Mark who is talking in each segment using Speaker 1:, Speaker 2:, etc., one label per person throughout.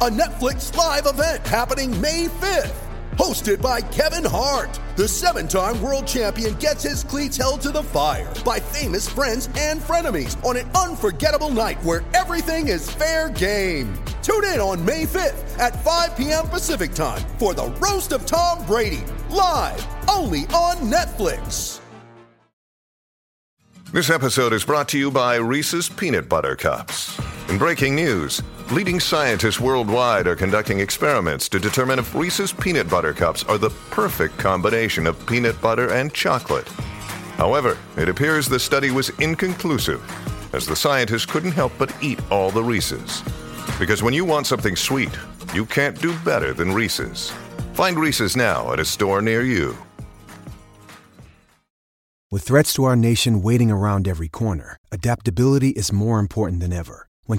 Speaker 1: a Netflix live event happening May 5th. Hosted by Kevin Hart, the seven time world champion gets his cleats held to the fire by famous friends and frenemies on an unforgettable night where everything is fair game. Tune in on May 5th at 5 p.m. Pacific time for the Roast of Tom Brady, live only on Netflix.
Speaker 2: This episode is brought to you by Reese's Peanut Butter Cups. In breaking news, leading scientists worldwide are conducting experiments to determine if Reese's Peanut Butter Cups are the perfect combination of peanut butter and chocolate. However, it appears the study was inconclusive, as the scientists couldn't help but eat all the Reese's. Because when you want something sweet, you can't do better than Reese's. Find Reese's now at a store near you.
Speaker 3: With threats to our nation waiting around every corner, adaptability is more important than ever. When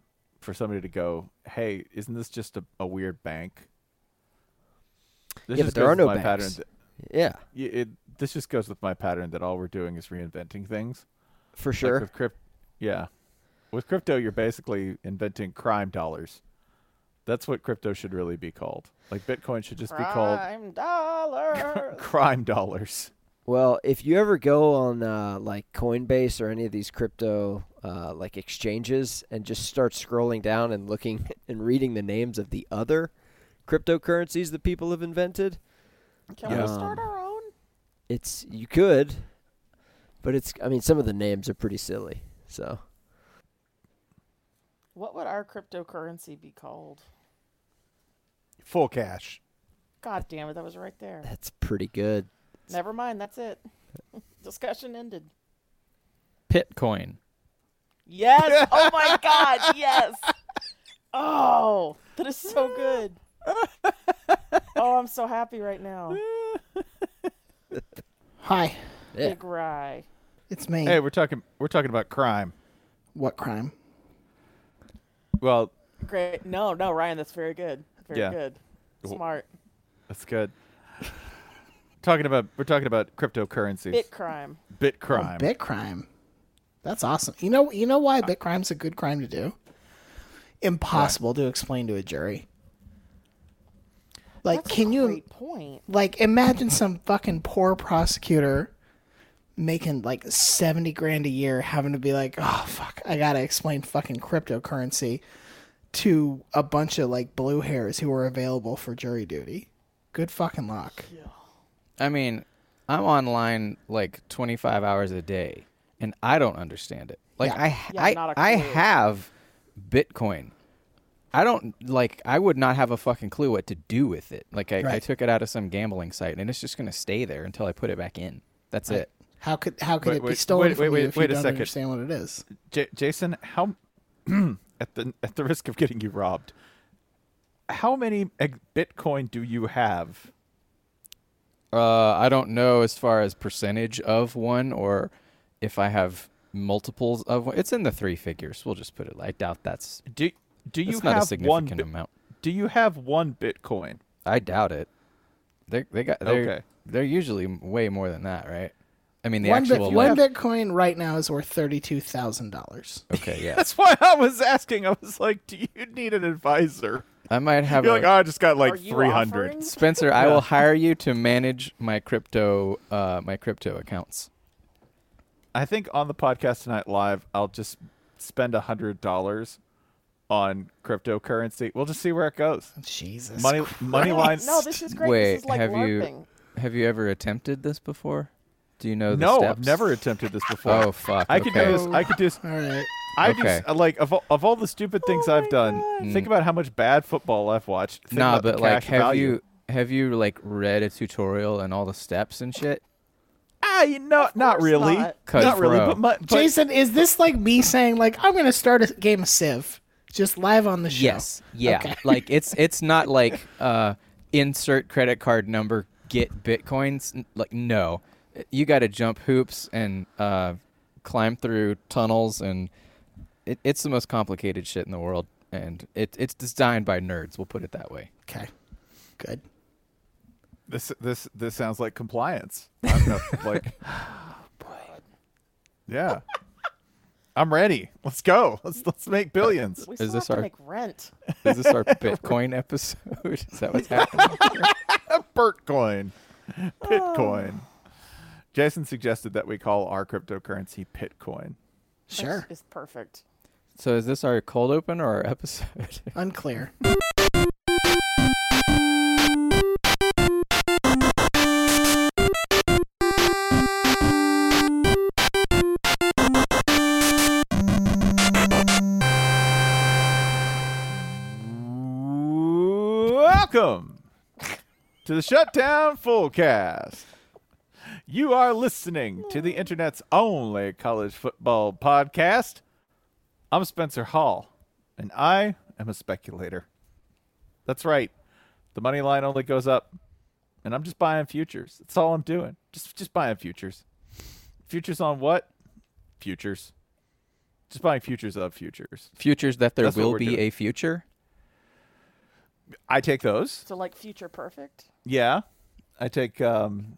Speaker 4: for somebody to go, hey, isn't this just a, a weird bank? This
Speaker 5: Yeah, but
Speaker 4: just
Speaker 5: there
Speaker 4: goes
Speaker 5: are
Speaker 4: with
Speaker 5: no
Speaker 4: my
Speaker 5: banks.
Speaker 4: pattern that-
Speaker 5: Yeah,
Speaker 4: y- it, this just goes with my pattern that all we're doing is reinventing things.
Speaker 5: for
Speaker 4: Like
Speaker 5: sure.
Speaker 4: with crypt, yeah. With crypto, you're basically inventing crime dollars. That's what crypto should really be called. Like Bitcoin should just be called
Speaker 5: dollar.
Speaker 4: crime dollars.
Speaker 5: well, if you ever go on uh, like Coinbase or any of these crypto uh, like exchanges and just start scrolling down and looking and reading the names of the other cryptocurrencies that people have invented, um,
Speaker 4: Can yeah.
Speaker 5: it's you could, but it's I mean some of the names are pretty silly. So
Speaker 6: What would our cryptocurrency be called?
Speaker 7: Full cash.
Speaker 6: God damn it, that was right there.
Speaker 5: that's pretty good.
Speaker 6: Never mind, that's it. Discussion ended.
Speaker 8: Pitcoin.
Speaker 6: Yes! Oh my god, yes! Oh, that is so good. Oh, I'm so happy right now.
Speaker 9: Hi,
Speaker 5: Yeah.
Speaker 6: Big Rye.
Speaker 9: it's me.
Speaker 4: Hey, we're talking we're talking about crime.
Speaker 9: What crime?
Speaker 4: Well,
Speaker 6: Great. No, no, Ryan, that's very good. Very
Speaker 4: Yeah.
Speaker 6: good.
Speaker 4: W-
Speaker 6: Smart.
Speaker 4: That's good. talking about we're talking about cryptocurrencies.
Speaker 6: Bit crime.
Speaker 4: Bit
Speaker 9: Oh,
Speaker 4: crime.
Speaker 9: bit crime. That's awesome. You know, you know
Speaker 8: Uh,
Speaker 9: why bit crime's a good crime to do. Impossible to explain to a jury. Like,
Speaker 6: That's a
Speaker 9: can you?
Speaker 6: Great point.
Speaker 9: like imagine some fucking poor prosecutor making like 70 grand a year having to be like oh fuck i gotta explain fucking cryptocurrency to a bunch of like blue hairs who are available for jury duty good fucking luck
Speaker 8: I mean, I'm online like 25 hours a day, and I don't understand it. Like
Speaker 9: Yeah.
Speaker 8: I, ha-
Speaker 6: Yeah, not
Speaker 8: I,
Speaker 6: a
Speaker 8: I
Speaker 6: clue.
Speaker 8: have Bitcoin. I don't like. I would not have a fucking clue what to do with it. Like I, I
Speaker 9: Right.
Speaker 8: took it out of some gambling site, and it's just gonna stay there until I put it back in. That's it.
Speaker 9: how could how could
Speaker 4: Wait,
Speaker 9: it be
Speaker 4: wait,
Speaker 9: stolen
Speaker 4: wait,
Speaker 9: from
Speaker 4: wait,
Speaker 9: you
Speaker 4: wait,
Speaker 9: if
Speaker 4: wait
Speaker 9: you
Speaker 4: a
Speaker 9: don't
Speaker 4: second.
Speaker 9: understand what it is
Speaker 4: J- Jason, how at the at the risk of getting you robbed, how many ex- Bitcoin do you have?
Speaker 8: Uh, I don't know as far as percentage of one or if I have multiples of one. It's in the three figures. We'll just put it. I doubt that's.
Speaker 4: Do do you
Speaker 8: That's not a
Speaker 4: have one
Speaker 8: significant
Speaker 4: Bi-
Speaker 8: amount.
Speaker 4: Do you have one Bitcoin?
Speaker 8: I doubt it. They they got they're,
Speaker 4: Okay.
Speaker 8: they're usually m- way more than that, right? I mean the
Speaker 9: one, bit,
Speaker 8: actual
Speaker 9: one
Speaker 8: like,
Speaker 9: bitcoin right now is worth $32000
Speaker 8: okay, yeah.
Speaker 4: That's why I was asking. I was like, do you need an advisor?
Speaker 8: I might have
Speaker 4: You're
Speaker 8: a,
Speaker 4: like, oh, I just got
Speaker 6: Are
Speaker 4: like
Speaker 6: you
Speaker 4: three hundred.
Speaker 6: offering?
Speaker 8: Spencer, I will hire you to manage my crypto uh my crypto accounts.
Speaker 4: I think on the podcast tonight live, I'll just spend a hundred dollars on cryptocurrency. We'll just see where it goes.
Speaker 1: Jesus,
Speaker 4: money, money lines.
Speaker 3: No, this is great.
Speaker 5: Wait,
Speaker 3: this is like
Speaker 5: have
Speaker 3: LARPing.
Speaker 5: you have you ever attempted this before? Do you know the
Speaker 4: No,
Speaker 5: steps?
Speaker 4: I've never attempted this before.
Speaker 5: Oh fuck!
Speaker 4: I could do
Speaker 5: okay.
Speaker 4: this. I could do. this- I do s- uh,
Speaker 5: Okay. Mm.
Speaker 4: like of all, of all the
Speaker 3: Oh
Speaker 4: stupid things I've done. Think about how much bad football I've watched. Think
Speaker 5: Nah,
Speaker 4: about the
Speaker 5: but like,
Speaker 4: cash
Speaker 5: have
Speaker 4: value.
Speaker 5: you have you like read a tutorial and all the steps and shit?
Speaker 4: Ah, you know, not really.
Speaker 5: not.
Speaker 4: Not,
Speaker 5: 'Cause,
Speaker 4: really.
Speaker 5: bro.
Speaker 4: But, my, but
Speaker 1: Jason, is this like me saying like I'm gonna start a game of Civ just live on the show?
Speaker 5: Yes. Yeah.
Speaker 1: Okay.
Speaker 5: Like it's it's not like uh, insert credit card number, get bitcoins. N- Like no, you got to jump hoops and uh, climb through tunnels, and it, it's the most complicated shit in the world. And it, it's designed by nerds. We'll put it that way.
Speaker 1: Okay. Good.
Speaker 4: this this this sounds like compliance. I'm not, like, yeah, I'm ready. Let's go. Let's let's make billions.
Speaker 3: We still
Speaker 5: this
Speaker 3: have
Speaker 5: our-
Speaker 3: to make rent.
Speaker 5: Is this our Bitcoin episode? Is that what's happening?
Speaker 4: Bitcoin.
Speaker 3: Oh.
Speaker 4: Bitcoin. Jason suggested that we call our cryptocurrency Bitcoin.
Speaker 1: Sure.
Speaker 3: It's perfect.
Speaker 5: So is this our cold open or our episode?
Speaker 1: Unclear.
Speaker 4: Welcome to the Shutdown Fullcast. You are listening to the internet's only college football podcast. I'm Spencer Hall, and I am a speculator. That's right. The money line only goes up, and I'm just buying futures. That's all I'm doing. Just just buying futures. Futures on what? Futures. Just buying futures of futures.
Speaker 5: Futures that there
Speaker 4: That's what
Speaker 5: will
Speaker 4: we're
Speaker 5: be
Speaker 4: doing.
Speaker 5: a future.
Speaker 4: I take those.
Speaker 3: So like future perfect.
Speaker 4: Yeah, I take um,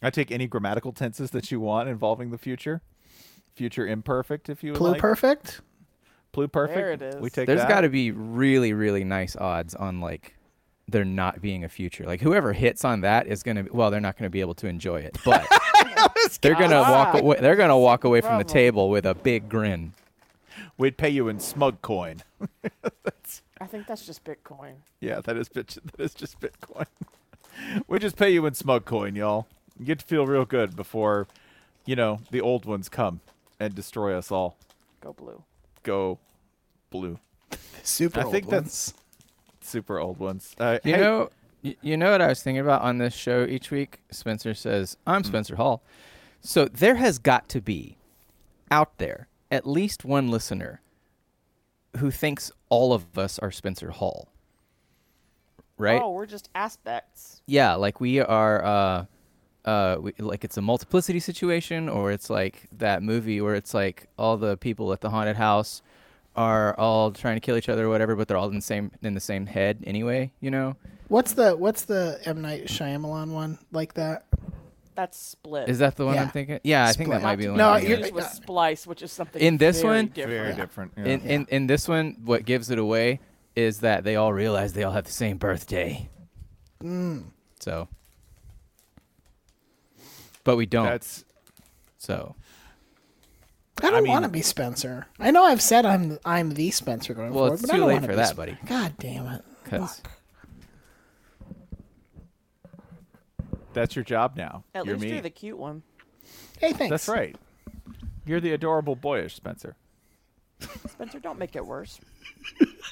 Speaker 4: I take any grammatical tenses that you want involving the future, future imperfect, if you would like.
Speaker 1: Pluperfect?
Speaker 4: Pluperfect.
Speaker 3: There it is.
Speaker 4: We take
Speaker 5: There's
Speaker 4: that.
Speaker 5: got to be really, really nice odds on like there not being a future. Like whoever hits on that is gonna. Well, they're not gonna be able to enjoy it, but they're gonna walk away. They're gonna walk away from the
Speaker 3: Bravo.
Speaker 5: table with a big grin.
Speaker 4: We'd pay you in smug coin.
Speaker 3: I think that's just Bitcoin.
Speaker 4: Yeah, that is bit. That is just Bitcoin. we just pay you in smug coin, y'all. You get to feel real good before, you know, the old ones come and destroy us all.
Speaker 3: Go blue.
Speaker 4: Go blue.
Speaker 1: Super.
Speaker 4: I think
Speaker 1: old
Speaker 4: that's super old ones. Uh,
Speaker 5: You
Speaker 4: hey,
Speaker 5: know, y- you know what I was thinking about on this show each week. Spencer says, "I'm Spencer Hall." So there has got to be out there at least one listener who thinks all of us are Spencer Hall, right?
Speaker 3: Oh, we're just aspects.
Speaker 5: Yeah, like we are, uh, uh, we, like it's a multiplicity situation, or it's like that movie where it's like all the people at the haunted house are all trying to kill each other or whatever, but they're all in the same in the same head anyway. You know,
Speaker 1: What's the what's the M Night Shyamalan one like that?
Speaker 3: That's split.
Speaker 5: is that the one
Speaker 1: Yeah.
Speaker 5: I'm thinking? Yeah, I think that might be the one.
Speaker 1: No,
Speaker 5: I'm
Speaker 3: Confused
Speaker 5: thinking of.
Speaker 1: you're-
Speaker 3: with splice, which is something
Speaker 5: In this
Speaker 3: very
Speaker 5: one?
Speaker 3: different.
Speaker 4: very different. yeah.
Speaker 5: in, in in this one, what gives it away is that they all realize they all have the same birthday. So, but we don't.
Speaker 4: That's
Speaker 5: so
Speaker 1: I don't
Speaker 4: mean-
Speaker 1: want to be Spencer. I know I've said I'm I'm the Spencer going
Speaker 5: Well,
Speaker 1: forward,
Speaker 5: it's
Speaker 1: but I
Speaker 5: too
Speaker 1: don't
Speaker 5: late
Speaker 1: wanna
Speaker 5: for
Speaker 1: be
Speaker 5: that,
Speaker 1: Sp-
Speaker 5: buddy.
Speaker 1: God damn it.
Speaker 5: 'Cause-
Speaker 1: Fuck.
Speaker 4: that's your job now.
Speaker 3: At
Speaker 4: You're
Speaker 3: least
Speaker 4: me.
Speaker 3: you're the cute one.
Speaker 1: Hey, thanks.
Speaker 4: That's right. You're the adorable boyish Spencer.
Speaker 3: Spencer, don't make it worse.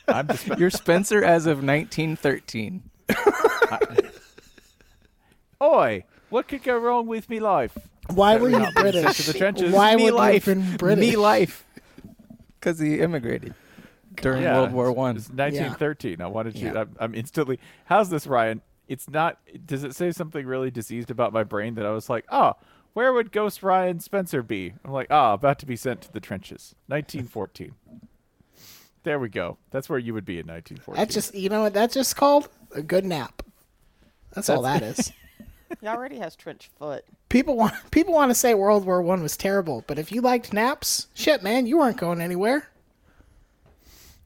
Speaker 4: I'm just Spen-
Speaker 5: you're Spencer as of 1913.
Speaker 4: Oi, what could go wrong with me life?
Speaker 1: Why were you
Speaker 4: Not being sent to
Speaker 1: British?
Speaker 4: the trenches.
Speaker 1: Why
Speaker 5: Me
Speaker 1: would
Speaker 5: life.
Speaker 1: you have been British?
Speaker 5: Me life, because he immigrated during
Speaker 4: Yeah,
Speaker 5: World War One.
Speaker 4: It's 1913. I wanted you. I'm, I'm instantly. How's this, Ryan? It's not. Does it say something really diseased about my brain that I was like, oh, where would Ghost Ryan Spencer be? I'm like, ah, about to be sent to the trenches. 1914. there we go. That's where you would be in 1914.
Speaker 1: That's just you know what that's just called a good nap. That's, all that is.
Speaker 3: He already has trench foot.
Speaker 1: people want people want to say World War One was terrible, but if you liked naps, shit, man, you weren't going anywhere,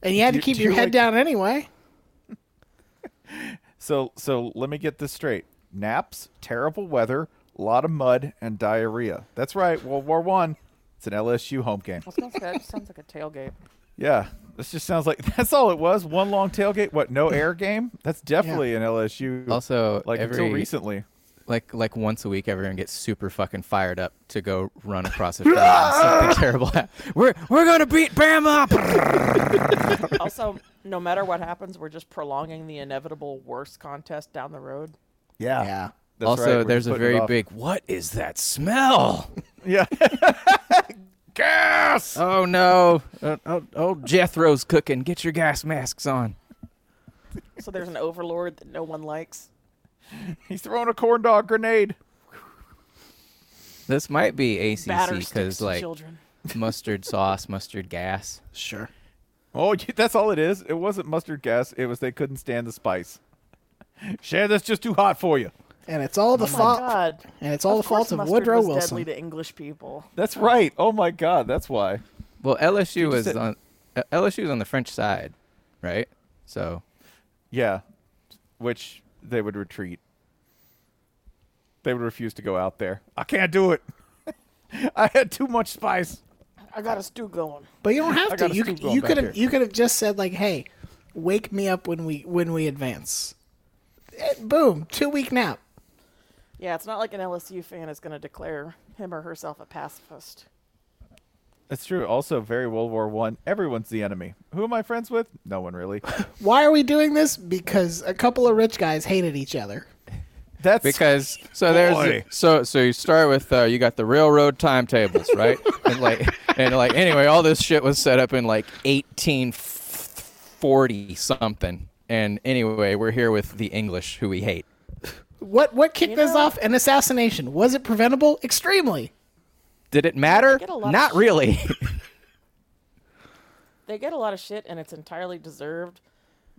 Speaker 1: and you had
Speaker 4: Do you-
Speaker 1: to keep
Speaker 4: do
Speaker 1: your
Speaker 4: you
Speaker 1: head
Speaker 4: like-
Speaker 1: down anyway.
Speaker 4: So so let me get this straight. Naps, terrible weather, a lot of mud and diarrhea. That's right. World War One. It's an LSU home game.
Speaker 3: I was gonna say, that just sounds like a tailgate.
Speaker 4: Yeah, this just sounds like that's all it was. One long tailgate. What? No air game. That's definitely an LSU.
Speaker 5: Also,
Speaker 4: like
Speaker 5: every,
Speaker 4: until recently.
Speaker 5: like like once a week, everyone gets super fucking fired up to go run across a field. and Something terrible. hap- We're we're gonna beat Bama.
Speaker 3: also, no matter what happens, we're just prolonging the inevitable worst contest down the road.
Speaker 4: Yeah.
Speaker 1: Yeah.
Speaker 3: That's
Speaker 5: also,
Speaker 4: right, we're
Speaker 5: there's a
Speaker 4: putting it
Speaker 5: very
Speaker 4: off.
Speaker 5: big. What is that smell?
Speaker 4: Yeah. gas.
Speaker 5: Oh no. Uh, oh, oh, Jethro's cooking. Get your gas masks on.
Speaker 3: So there's an overlord that no one likes.
Speaker 4: He's throwing a corn dog grenade.
Speaker 5: This might be
Speaker 3: Batter
Speaker 5: ACC
Speaker 3: sticks
Speaker 5: because
Speaker 3: to
Speaker 5: like
Speaker 3: children.
Speaker 5: mustard sauce, mustard gas.
Speaker 1: Sure.
Speaker 4: Oh, y- that's all it is. It wasn't mustard gas. It was they couldn't stand the spice. Shannon, that's just too hot for you.
Speaker 1: And it's all the
Speaker 3: oh my
Speaker 1: fault.
Speaker 3: God.
Speaker 1: And it's all
Speaker 3: of
Speaker 1: the fault
Speaker 3: course
Speaker 1: of
Speaker 3: mustard
Speaker 1: Woodrow
Speaker 3: was
Speaker 1: Wilson.
Speaker 3: Deadly to English people.
Speaker 4: That's right. Oh my God, that's why.
Speaker 5: Well, LSU was
Speaker 4: said-
Speaker 5: on uh, LSU was on the French side, right? So
Speaker 4: Yeah, which they would retreat. They would refuse to go out there. I can't do it. I had too much spice.
Speaker 3: I got a stew going.
Speaker 1: But you don't
Speaker 4: I
Speaker 1: have to.
Speaker 4: got a
Speaker 1: You,
Speaker 4: scoop
Speaker 1: c-
Speaker 4: going
Speaker 1: you
Speaker 4: back
Speaker 1: could have
Speaker 4: here.
Speaker 1: you could have just said like, "Hey, wake me up when we when we advance." Eh, boom, two week nap.
Speaker 3: Yeah, it's not like an LSU fan is going to declare him or herself a pacifist.
Speaker 4: That's true. Also, very World War One. Everyone's the enemy. Who am I friends with? No one really.
Speaker 1: Why are we doing this? Because a couple of rich guys hated each other.
Speaker 4: That's
Speaker 5: because so there's
Speaker 4: Boy.
Speaker 5: so so you start with uh, you got the railroad timetables, right? and like and like anyway, all this shit was set up in like 1840 something. And anyway, we're here with the English who we hate.
Speaker 1: What what kicked this off? An assassination. Was it preventable? Extremely.
Speaker 5: Did it matter?
Speaker 3: Get a lot of
Speaker 5: Not
Speaker 3: shit.
Speaker 5: really.
Speaker 3: They get a lot of shit, and it's entirely deserved.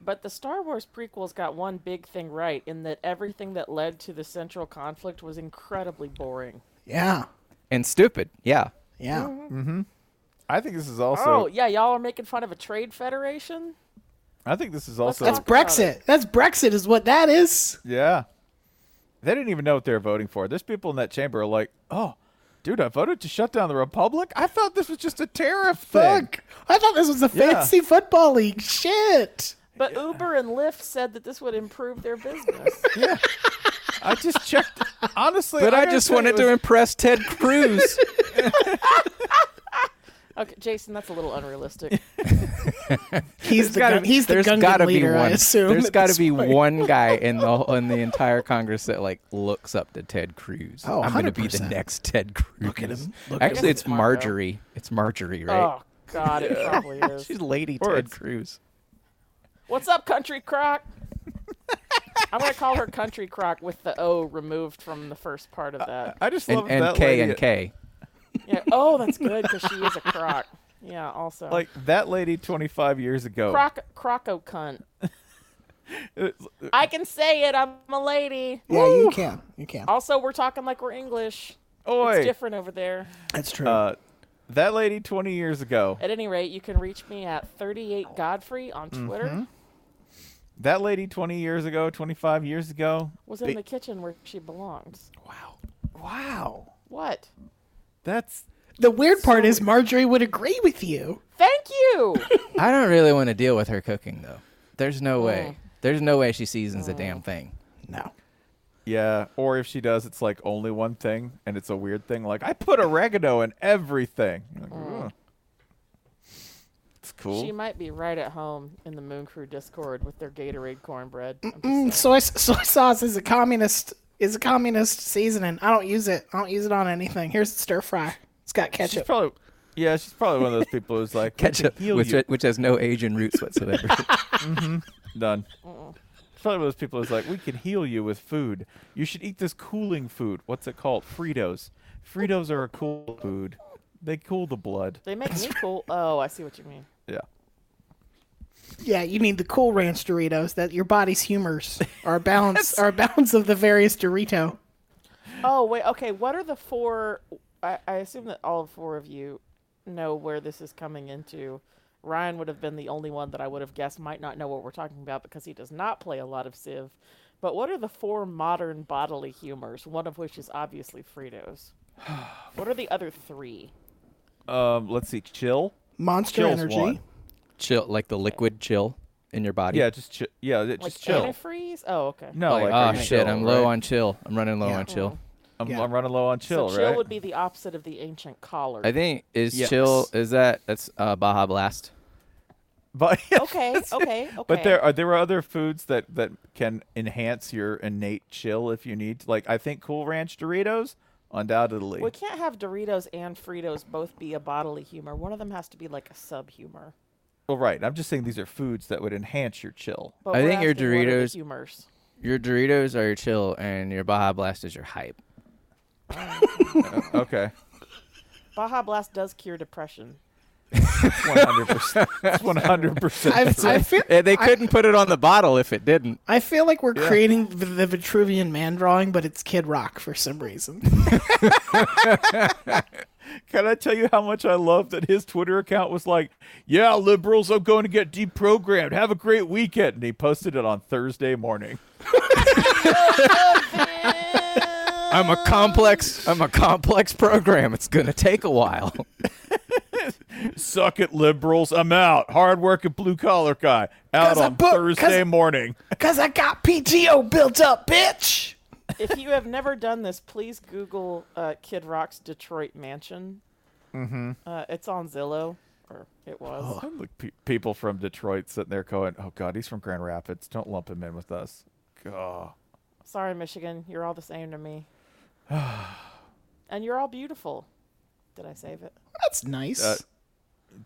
Speaker 3: But the Star Wars prequels got one big thing right in that everything that led to the central conflict was incredibly boring.
Speaker 1: Yeah.
Speaker 5: and stupid. Yeah.
Speaker 1: Yeah.
Speaker 4: I think this is also.
Speaker 3: oh, yeah, y'all are making fun of a trade federation?
Speaker 4: I think this is also.
Speaker 1: That's Brexit. That's Brexit is what that is.
Speaker 4: Yeah. They didn't even know what they were voting for. There's people in that chamber are like, oh, dude, I voted to shut down the Republic? I thought this was just a tariff thing.
Speaker 1: Fuck. I thought this was a
Speaker 4: Yeah.
Speaker 1: fancy football league. Shit.
Speaker 3: But Uber and Lyft said that this would improve their business.
Speaker 4: I just checked. Honestly,
Speaker 5: But I
Speaker 4: gotta
Speaker 5: just
Speaker 4: say, it
Speaker 5: wanted to
Speaker 4: was-
Speaker 5: impress Ted Cruz.
Speaker 3: okay, Jason, that's a little unrealistic.
Speaker 1: He's the gun, he's the
Speaker 5: there's
Speaker 1: Gungan
Speaker 5: gotta
Speaker 1: leader.
Speaker 5: be one.
Speaker 1: I assume
Speaker 5: there's
Speaker 1: at
Speaker 5: gotta
Speaker 1: this
Speaker 5: be
Speaker 1: point.
Speaker 5: one guy in the in the entire Congress that like looks up to Ted Cruz.
Speaker 1: Oh,
Speaker 5: I'm gonna be the
Speaker 1: 100%.
Speaker 5: next Ted Cruz. Look
Speaker 1: at him. Look at
Speaker 5: Actually,
Speaker 3: him.
Speaker 5: it's Marjorie. It's Marjorie, right?
Speaker 3: Oh, God, it probably is.
Speaker 5: She's Lady
Speaker 4: Or
Speaker 5: Ted
Speaker 4: it's-
Speaker 5: Cruz.
Speaker 3: What's up, Country Croc? I'm going to call her Country Croc with the O removed from the first part of that.
Speaker 4: I just love
Speaker 5: And, and
Speaker 4: that
Speaker 5: K
Speaker 4: lady.
Speaker 5: and K.
Speaker 3: Yeah. Oh, that's good because she is a croc. Yeah. Also,
Speaker 4: Like that lady 25 years ago.
Speaker 3: croc, croco cunt.
Speaker 4: Uh,
Speaker 3: I can say it. I'm a lady.
Speaker 1: Yeah, you can. You can.
Speaker 3: Also, we're talking like we're English.
Speaker 4: Oi.
Speaker 3: It's different over there.
Speaker 1: That's true.
Speaker 4: Uh, that lady 20 years ago.
Speaker 3: At any rate, you can reach me at 38 Godfrey on Twitter.
Speaker 4: That lady 20 years ago, 25 years ago.
Speaker 3: Was
Speaker 4: They-
Speaker 3: in the kitchen where she belongs.
Speaker 1: wow.
Speaker 3: What?
Speaker 4: That's
Speaker 1: The weird part is Marjorie would agree with you.
Speaker 3: Thank you.
Speaker 5: I don't really want to deal with her cooking though. There's no way. There's no way she seasons a damn thing.
Speaker 1: No.
Speaker 4: Yeah, or if she does, it's like only one thing, and it's a weird thing. Like I put oregano in everything. You're Like, "Ugh." It's cool.
Speaker 3: she might be right at home in the Moon Crew Discord with their Gatorade cornbread. I'm just
Speaker 1: Mm, soy soy sauce is a communist is a communist seasoning. I don't use it. I don't use it on anything. Here's the stir fry. It's got
Speaker 4: she's
Speaker 1: ketchup.
Speaker 4: probably yeah, she's probably one of those people who's like
Speaker 5: Ketchup,
Speaker 4: we can heal
Speaker 5: which
Speaker 4: you.
Speaker 5: which has no Asian roots whatsoever.
Speaker 4: Done. She's probably one of those people who's like we can heal you with food. You should eat this cooling food. What's it called? Fritos. Fritos are a cool food. They cool the blood.
Speaker 3: They make me cool. Oh, I see what you mean.
Speaker 4: Yeah.
Speaker 1: yeah, you need the cool ranch Doritos that your body's humors are a balance are a balance of the various Dorito.
Speaker 3: Oh wait, okay. What are the four? I, I assume that all four of you know where this is coming into. Ryan would have been the only one that I would have guessed might not know what we're talking about because he does not play a lot of Civ, But what are the four modern bodily humors? One of which is obviously Fritos. what are the other three?
Speaker 4: Um, let's see. Chill.
Speaker 1: Monster
Speaker 4: Chill's
Speaker 1: Energy.
Speaker 4: one.
Speaker 5: Chill, like the liquid chill in your body.
Speaker 4: Yeah, just chill. Yeah, it-
Speaker 3: Like
Speaker 4: just chill.
Speaker 3: antifreeze? Oh, okay.
Speaker 4: No,
Speaker 5: like,
Speaker 4: like,
Speaker 5: oh
Speaker 4: are you
Speaker 5: shit,
Speaker 4: chill,
Speaker 5: I'm low
Speaker 4: right?
Speaker 5: on chill. I'm running low on chill.
Speaker 4: I'm, I'm running low on chill,
Speaker 3: so chill
Speaker 4: right?
Speaker 3: would be the opposite of the ancient collar.
Speaker 5: I think is
Speaker 4: Yes.
Speaker 5: chill is that that's uh, Baja Blast.
Speaker 4: But
Speaker 3: okay, okay, okay.
Speaker 4: But there are there are other foods that that can enhance your innate chill if you need. Like I think Cool Ranch Doritos, undoubtedly.
Speaker 3: We can't have Doritos and Fritos both be a bodily humor. One of them has to be like a sub humor.
Speaker 4: Well, right. I'm just saying these are foods that would enhance your chill.
Speaker 3: But
Speaker 5: I
Speaker 3: we're
Speaker 5: think your
Speaker 3: asking what are the
Speaker 5: Doritos-
Speaker 3: humors.
Speaker 5: Your Doritos are your chill, and your Baja Blast is your hype.
Speaker 4: okay.
Speaker 3: Baja Blast does cure depression.
Speaker 4: 100%. It's 100%.
Speaker 1: I've- I
Speaker 5: true.
Speaker 1: feel-
Speaker 5: And they
Speaker 1: I-
Speaker 5: couldn't put it on the bottle if it didn't.
Speaker 1: I feel like we're
Speaker 5: Yeah.
Speaker 1: creating the, the Vitruvian man drawing, but it's Kid Rock for some reason.
Speaker 4: Can I tell you how much I love that his Twitter account was like, "Yeah, liberals, I'm going to get deprogrammed. Have a great weekend." And he posted it on Thursday morning.
Speaker 5: I'm a complex. I'm a complex program. It's gonna take a while.
Speaker 4: Suck it, liberals. I'm out. Hard working blue collar guy out
Speaker 1: 'Cause I
Speaker 4: on
Speaker 1: booked- 'cause-
Speaker 4: Thursday morning.
Speaker 1: Because I got PTO built up, bitch!
Speaker 3: if you have never done this, please Google uh, Kid Rock's Detroit Mansion.
Speaker 4: Mm-hmm.
Speaker 3: Uh, it's on Zillow, or it was.
Speaker 4: Pe- people from Detroit sitting there going, "Oh God, he's from Grand Rapids. Don't lump him in with us." God.
Speaker 3: Sorry, Michigan, you're all the same to me. and you're all beautiful. Did I save it?
Speaker 1: That's nice.
Speaker 4: Uh,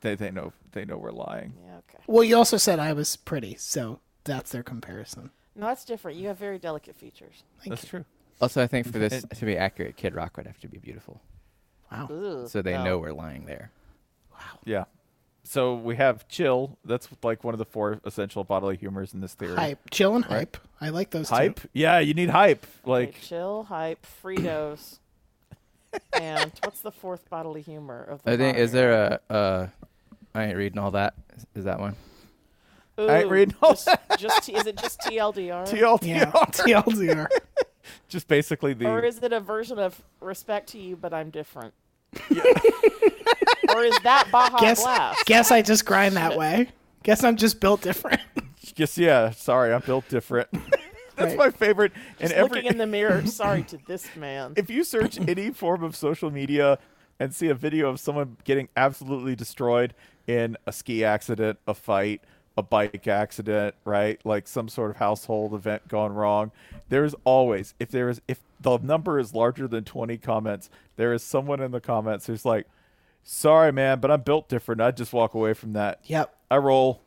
Speaker 4: they they know they know we're lying.
Speaker 3: Yeah, okay.
Speaker 1: well, you also said I was pretty, so that's their comparison.
Speaker 3: No, that's different. You have very delicate features.
Speaker 5: That's true. Also, I think for this
Speaker 4: It-
Speaker 5: to be accurate, Kid Rock would have to be beautiful.
Speaker 1: Wow.
Speaker 3: Ugh,
Speaker 5: So they
Speaker 3: no.
Speaker 5: know we're lying there.
Speaker 4: Yeah. So we have chill. That's like one of the four essential bodily humors in this theory.
Speaker 1: Hype. Chill and
Speaker 4: Right.
Speaker 1: hype. I like those two.
Speaker 4: Hype. Yeah, you need hype.
Speaker 3: Okay,
Speaker 4: Like
Speaker 3: chill, hype, Fritos. and what's the fourth bodily humor of the
Speaker 5: I think is
Speaker 3: modern-
Speaker 5: there a uh, I ain't reading all that. Is that one?
Speaker 4: I ain't
Speaker 3: Ooh,
Speaker 4: reading all
Speaker 3: just, just T- is it just TLDR?
Speaker 4: TLDR.
Speaker 1: Yeah. TLDR.
Speaker 4: Just basically the.
Speaker 3: Or is it a version of respect to you, but I'm different? or is that Baja
Speaker 1: Guess,
Speaker 3: Blast?
Speaker 1: guess I just grind that way. Guess I'm just built different.
Speaker 4: Just yeah. Sorry, I'm built different. That's
Speaker 1: Right.
Speaker 4: my favorite. and
Speaker 3: Just
Speaker 4: every
Speaker 3: looking in the mirror. Sorry to this man.
Speaker 4: if you search any form of social media and see a video of someone getting absolutely destroyed in a ski accident, a fight, a bike accident, right? Like some sort of household event gone wrong, there's always if there is if the number is larger than 20 comments, there is someone in the comments who's like, "Sorry man, but I'm built different. I just walk away from that."
Speaker 1: Yep.
Speaker 4: I roll.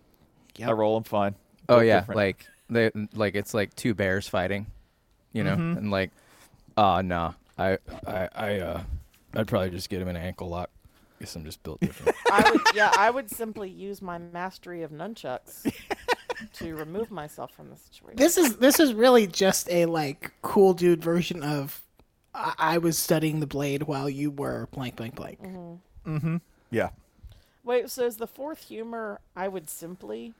Speaker 1: Yep.
Speaker 4: I roll, I'm fine.
Speaker 5: Oh
Speaker 4: Built
Speaker 5: yeah,
Speaker 4: different.
Speaker 5: like they like it's like two bears fighting, you know,
Speaker 4: Mhm.
Speaker 5: and like, oh no, I I I uh, I'd probably just get him an ankle lock. Guess I'm just built different.
Speaker 3: I would, yeah, I would simply use my mastery of nunchucks to remove myself from the situation.
Speaker 1: This is this is really just a like cool dude version of I, I was studying the blade while you were blank blank blank.
Speaker 3: Mm-hmm.
Speaker 4: Mhm. Yeah.
Speaker 3: Wait, so is the fourth humor? I would simply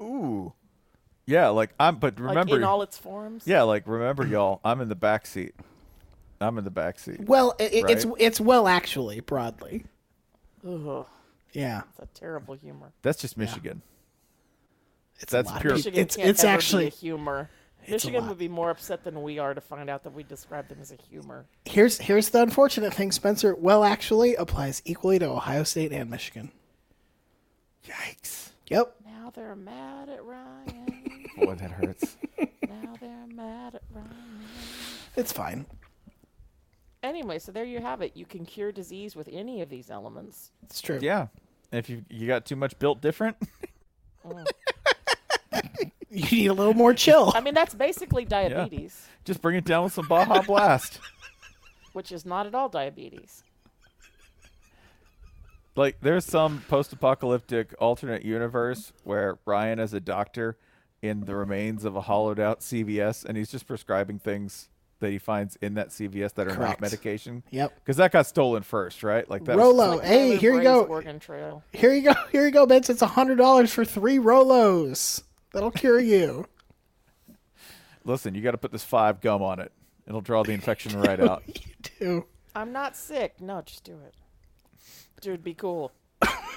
Speaker 4: Ooh. Yeah, like I'm but remember
Speaker 3: like in all its forms.
Speaker 4: Yeah, like remember y'all, I'm in the back seat. I'm in the back seat.
Speaker 1: Well, it, it- it's
Speaker 4: Right.
Speaker 1: it's well actually broadly.
Speaker 3: Ugh,
Speaker 1: Yeah.
Speaker 3: it's a terrible humor.
Speaker 4: that's just Michigan.
Speaker 1: It's
Speaker 4: That's
Speaker 1: a lot of
Speaker 4: pure-
Speaker 1: people-
Speaker 3: Michigan
Speaker 1: it's
Speaker 3: can't
Speaker 1: it's
Speaker 3: ever
Speaker 1: actually
Speaker 3: be a humor.
Speaker 1: it's a
Speaker 3: Michigan
Speaker 1: lot.
Speaker 3: would be more upset than we are to find out that we describe them as a humor.
Speaker 1: here's here's the unfortunate thing, Spencer. Well actually applies equally to Ohio State and Michigan.
Speaker 4: Yikes.
Speaker 1: Yep.
Speaker 3: Now they're mad at Ryan.
Speaker 4: Boy, that hurts.
Speaker 3: now they're mad at Ryan.
Speaker 1: It's fine.
Speaker 3: Anyway, so there you have it. You can cure disease with any of these elements.
Speaker 1: It's true.
Speaker 4: yeah. If you you got too much built different,
Speaker 1: You need a little more chill.
Speaker 3: I mean, that's basically diabetes,
Speaker 4: just bring it down with some Baja Blast.
Speaker 3: which is not at all diabetes.
Speaker 4: Like there's some post-apocalyptic alternate universe where Ryan is a doctor in the remains of a hollowed out CVS and he's just prescribing things that he finds in that CVS that are not
Speaker 1: Correct.
Speaker 4: medication.
Speaker 1: Yep.
Speaker 4: Cuz that got stolen first, right? Like that was-
Speaker 1: Rolo. hey,
Speaker 3: Tyler
Speaker 1: here you
Speaker 3: Gray's
Speaker 1: go.
Speaker 3: Oregon Trail.
Speaker 1: Here you go. Here you go, Vince. It's a hundred dollars for three Rolos. That'll cure you.
Speaker 4: Listen, you got to put this five gum on it. It'll draw the infection right out.
Speaker 1: Ew.
Speaker 3: I'm not sick. No, just do it. Dude, be cool.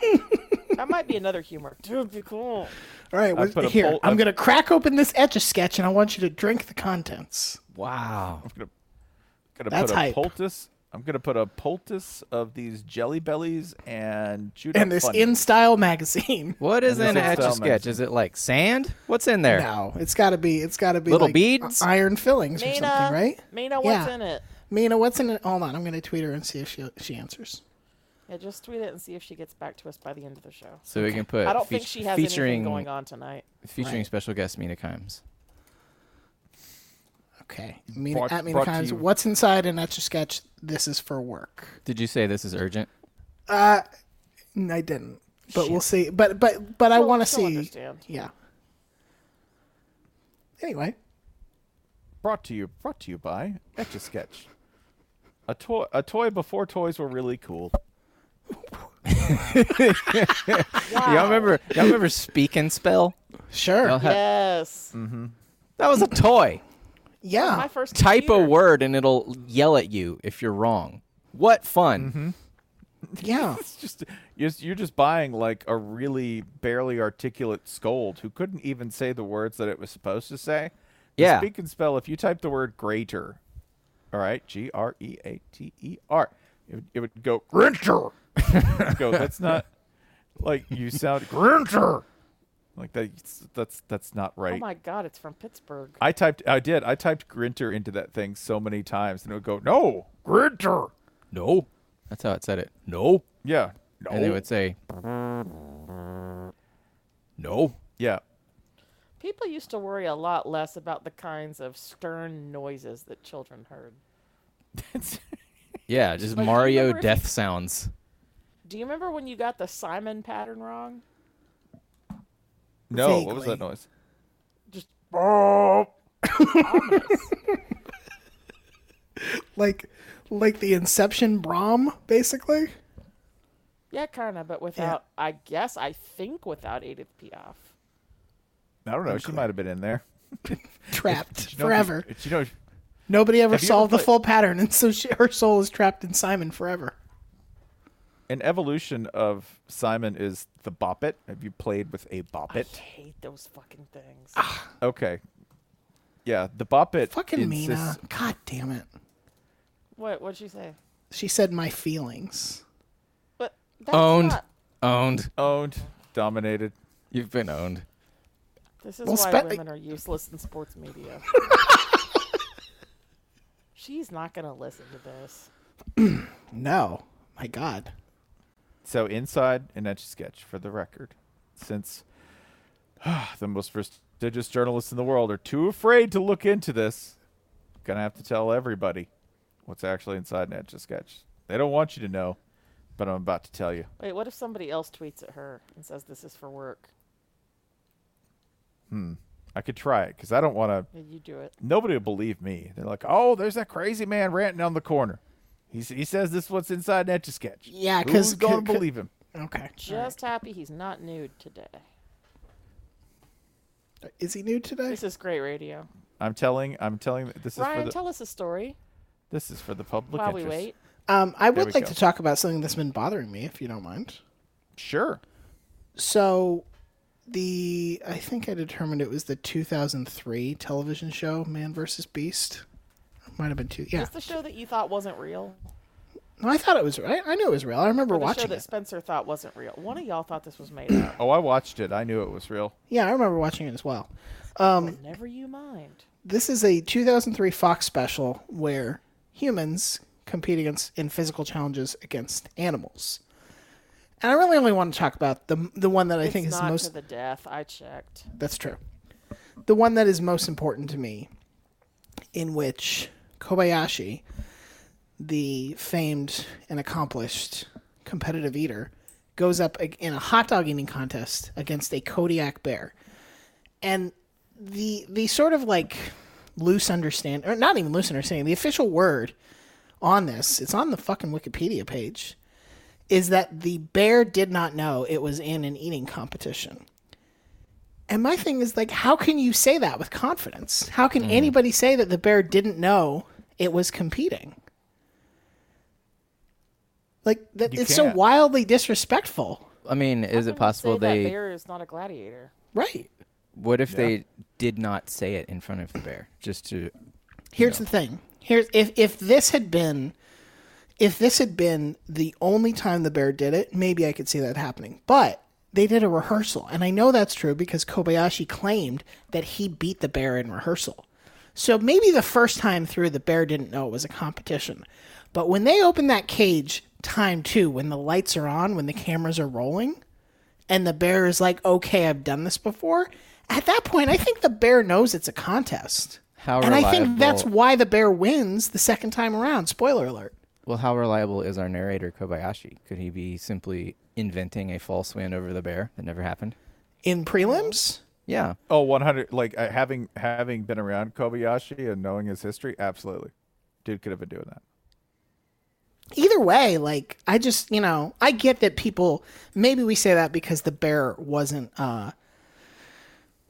Speaker 3: that might be another humor. Dude, be cool.
Speaker 1: All right,
Speaker 4: I
Speaker 1: well,
Speaker 4: put a
Speaker 1: here
Speaker 4: poll-
Speaker 1: I'm
Speaker 4: I-
Speaker 1: gonna crack open this etch a sketch, and I want you to drink the contents.
Speaker 10: Wow.
Speaker 4: I'm gonna, gonna
Speaker 1: That's
Speaker 4: put a
Speaker 1: hype.
Speaker 4: poultice. I'm gonna put a poultice of these jelly bellies and chewed
Speaker 1: And
Speaker 4: up
Speaker 1: this
Speaker 4: Bunny.
Speaker 1: in style magazine.
Speaker 5: What is
Speaker 4: And
Speaker 5: in
Speaker 4: this is
Speaker 5: etch a sketch?
Speaker 4: Spellman's.
Speaker 5: Is it like sand? What's in there?
Speaker 1: No, it's got to be. It's got to be
Speaker 5: Little
Speaker 1: like,
Speaker 5: beads?
Speaker 1: uh, iron fillings, or
Speaker 3: Mina,
Speaker 1: something, right?
Speaker 3: Mina, what's
Speaker 1: Yeah.
Speaker 3: in it?
Speaker 1: Mina, what's in it? Hold on, I'm gonna tweet her and see if she she answers.
Speaker 3: Yeah, just tweet it and see if she gets back to us by the end of the show.
Speaker 5: So we can put
Speaker 3: I don't
Speaker 5: feat-
Speaker 3: think she has
Speaker 5: featuring
Speaker 3: anything going on tonight.
Speaker 5: featuring
Speaker 1: Right.
Speaker 5: special guest Mina Kimes.
Speaker 1: Okay, Mina,
Speaker 4: Brought-
Speaker 1: at Mina
Speaker 4: brought to
Speaker 1: Kimes,
Speaker 4: you-
Speaker 1: what's inside an etch a sketch? This is for work.
Speaker 5: Did you say this is urgent?
Speaker 1: Uh, n- I didn't, but we'll see. But but but I
Speaker 3: She'll-
Speaker 1: want to
Speaker 3: she'll
Speaker 1: see.
Speaker 3: understand.
Speaker 1: Yeah. Anyway,
Speaker 4: Brought to you, brought to you by Etch a Sketch. A toy, a toy before toys were really cool.
Speaker 5: Y'all remember? Y'all remember Speak and Spell?
Speaker 1: sure. Mm-hmm.
Speaker 5: Y'all had-
Speaker 3: Yes.
Speaker 5: That was a toy.
Speaker 3: My
Speaker 1: Yeah.
Speaker 3: first
Speaker 5: Type a
Speaker 3: computer.
Speaker 5: word and it'll yell at you if you're wrong. What fun!
Speaker 1: Mm-hmm. Yeah.
Speaker 4: It's just you're, just- you're just buying like a really barely articulate scold who couldn't even say the words that it was supposed to say. The
Speaker 5: Yeah.
Speaker 4: speak and spell. If you type the word greater, all right, G R E A T E R, it would, it would go greater. It'd go. That's not like you sound greater. Like that. That's that's not right.
Speaker 3: Oh my God, it's from Pittsburgh.
Speaker 4: I typed, I did, I typed Grinter into that thing so many times, and it would go, no, Grinter.
Speaker 5: No, that's how it said it. No,
Speaker 4: Yeah. No.
Speaker 5: and it would say no.
Speaker 4: yeah.
Speaker 3: People used to worry a lot less about the kinds of stern noises that children heard.
Speaker 5: Yeah, just
Speaker 3: Like,
Speaker 5: Mario
Speaker 3: remember if
Speaker 5: death sounds.
Speaker 3: Do you remember when you got the Simon pattern wrong?
Speaker 4: No, what was that
Speaker 1: Vaguely.
Speaker 4: noise?
Speaker 3: Just
Speaker 1: Like like the Inception Brom, basically.
Speaker 3: yeah, kind of, but without. I guess I think without Edith Piaf.
Speaker 4: I don't know. She might have been in there.
Speaker 1: Trapped
Speaker 4: You know,
Speaker 1: forever.
Speaker 4: if You know, if-
Speaker 1: Nobody ever
Speaker 4: Have you
Speaker 1: solved
Speaker 4: ever
Speaker 1: the
Speaker 4: played-
Speaker 1: full pattern, and so she, her soul is trapped in Simon forever.
Speaker 4: an evolution of Simon is the Bop It. Have you played with a Bop
Speaker 3: I
Speaker 4: It?
Speaker 3: hate those fucking things.
Speaker 4: Okay. Yeah, the Bop It.
Speaker 1: Fucking Mina.
Speaker 4: insists-
Speaker 1: God damn it.
Speaker 3: What? What'd she say?
Speaker 1: She said my feelings.
Speaker 3: But that's
Speaker 5: Owned.
Speaker 3: Not,
Speaker 5: Owned.
Speaker 4: Owned, dominated.
Speaker 5: You've been owned.
Speaker 3: this is
Speaker 1: Well,
Speaker 3: why
Speaker 1: spe-
Speaker 3: women are useless in sports media. She's not gonna listen to this.
Speaker 1: No. My God.
Speaker 4: So inside an etch sketch for the record, since the most prestigious journalists in the world are too afraid to look into this, gonna have to tell everybody what's actually inside an etch a sketch. They don't want you to know, but I'm about to tell you.
Speaker 3: Wait, what if somebody else tweets at her and says this is for work?
Speaker 4: Hmm. I could try it because I don't want to.
Speaker 3: Yeah, you do it.
Speaker 4: Nobody will believe me. They're like, "Oh, there's that crazy man ranting on the corner. He s- he says this is what's inside an etch a sketch."
Speaker 1: Yeah, 'cause-
Speaker 4: who's gonna
Speaker 1: c- c-
Speaker 4: believe him?
Speaker 1: Okay.
Speaker 3: Just happy he's not nude today.
Speaker 1: Is he new today?
Speaker 3: This is great radio.
Speaker 4: I'm telling. I'm telling. This is for
Speaker 3: Ryan,
Speaker 4: the.
Speaker 3: tell us a story
Speaker 4: this is for the public
Speaker 3: while we
Speaker 4: interest.
Speaker 3: wait.
Speaker 1: Um, I
Speaker 4: There we
Speaker 1: would like
Speaker 4: go.
Speaker 1: to talk about something that's been bothering me, if you don't mind.
Speaker 4: Sure.
Speaker 1: So, the I think I determined it was the 2003 television show Man vs. Beast. It might have been two. Yeah.
Speaker 3: Is the show that you thought wasn't real?
Speaker 1: No, I thought it was. I, I knew it was real. I remember
Speaker 3: Or the show
Speaker 1: watching
Speaker 3: that
Speaker 1: it.
Speaker 3: Spencer thought wasn't real? One of y'all thought this was made up.
Speaker 4: Oh, I watched it. I knew it was real.
Speaker 1: Yeah, I remember watching it as well.
Speaker 3: Never you mind.
Speaker 1: This is a 2003 Fox special where humans compete against in physical challenges against animals. And I really only want to talk about the the one that I
Speaker 3: it's
Speaker 1: think is
Speaker 3: not
Speaker 1: the most
Speaker 3: to the death. I checked.
Speaker 1: That's true. The one that is most important to me, in which Kobayashi, the famed and accomplished competitive eater, goes up ag- in a hot dog eating contest against a Kodiak bear. And the the sort of like loose understand or not even loose understanding, the official word on this, it's on the fucking Wikipedia page, is that the bear did not know it was in an eating competition And my thing is like, how can you say that with confidence? How can anybody say that the bear didn't know it was competing? Like that,
Speaker 5: You
Speaker 1: it's so
Speaker 5: can't.
Speaker 1: wildly disrespectful,
Speaker 5: I mean, is it
Speaker 3: Say
Speaker 5: possible
Speaker 3: that
Speaker 5: they?
Speaker 3: bear is not a gladiator.
Speaker 1: right?
Speaker 5: What if
Speaker 1: Yeah.
Speaker 5: they did not say it in front of the bear, just to?
Speaker 1: Here's the thing. Here's if if this had been if this had been the only time the bear did it, maybe I could see that happening. But they did a rehearsal, and I know that's true because Kobayashi claimed that he beat the bear in rehearsal. So maybe the first time through the bear didn't know it was a competition. But when they open that cage time 2 when the lights are on, when the cameras are rolling, and the bear is like, "Okay, I've done this before." At that point, I think the bear knows it's a contest
Speaker 5: How
Speaker 1: and I think that's
Speaker 5: reliable-
Speaker 1: why the bear wins the second time around. Spoiler alert.
Speaker 5: Well, how reliable is our narrator Kobayashi? Could he be simply inventing a false win over the bear that never happened?
Speaker 1: In prelims?
Speaker 5: Yeah.
Speaker 4: Oh, 100. Like uh, having having been around Kobayashi and knowing his history, absolutely, dude could have been doing that.
Speaker 1: Either way, like I just you know I get that people maybe we say that because the bear wasn't uh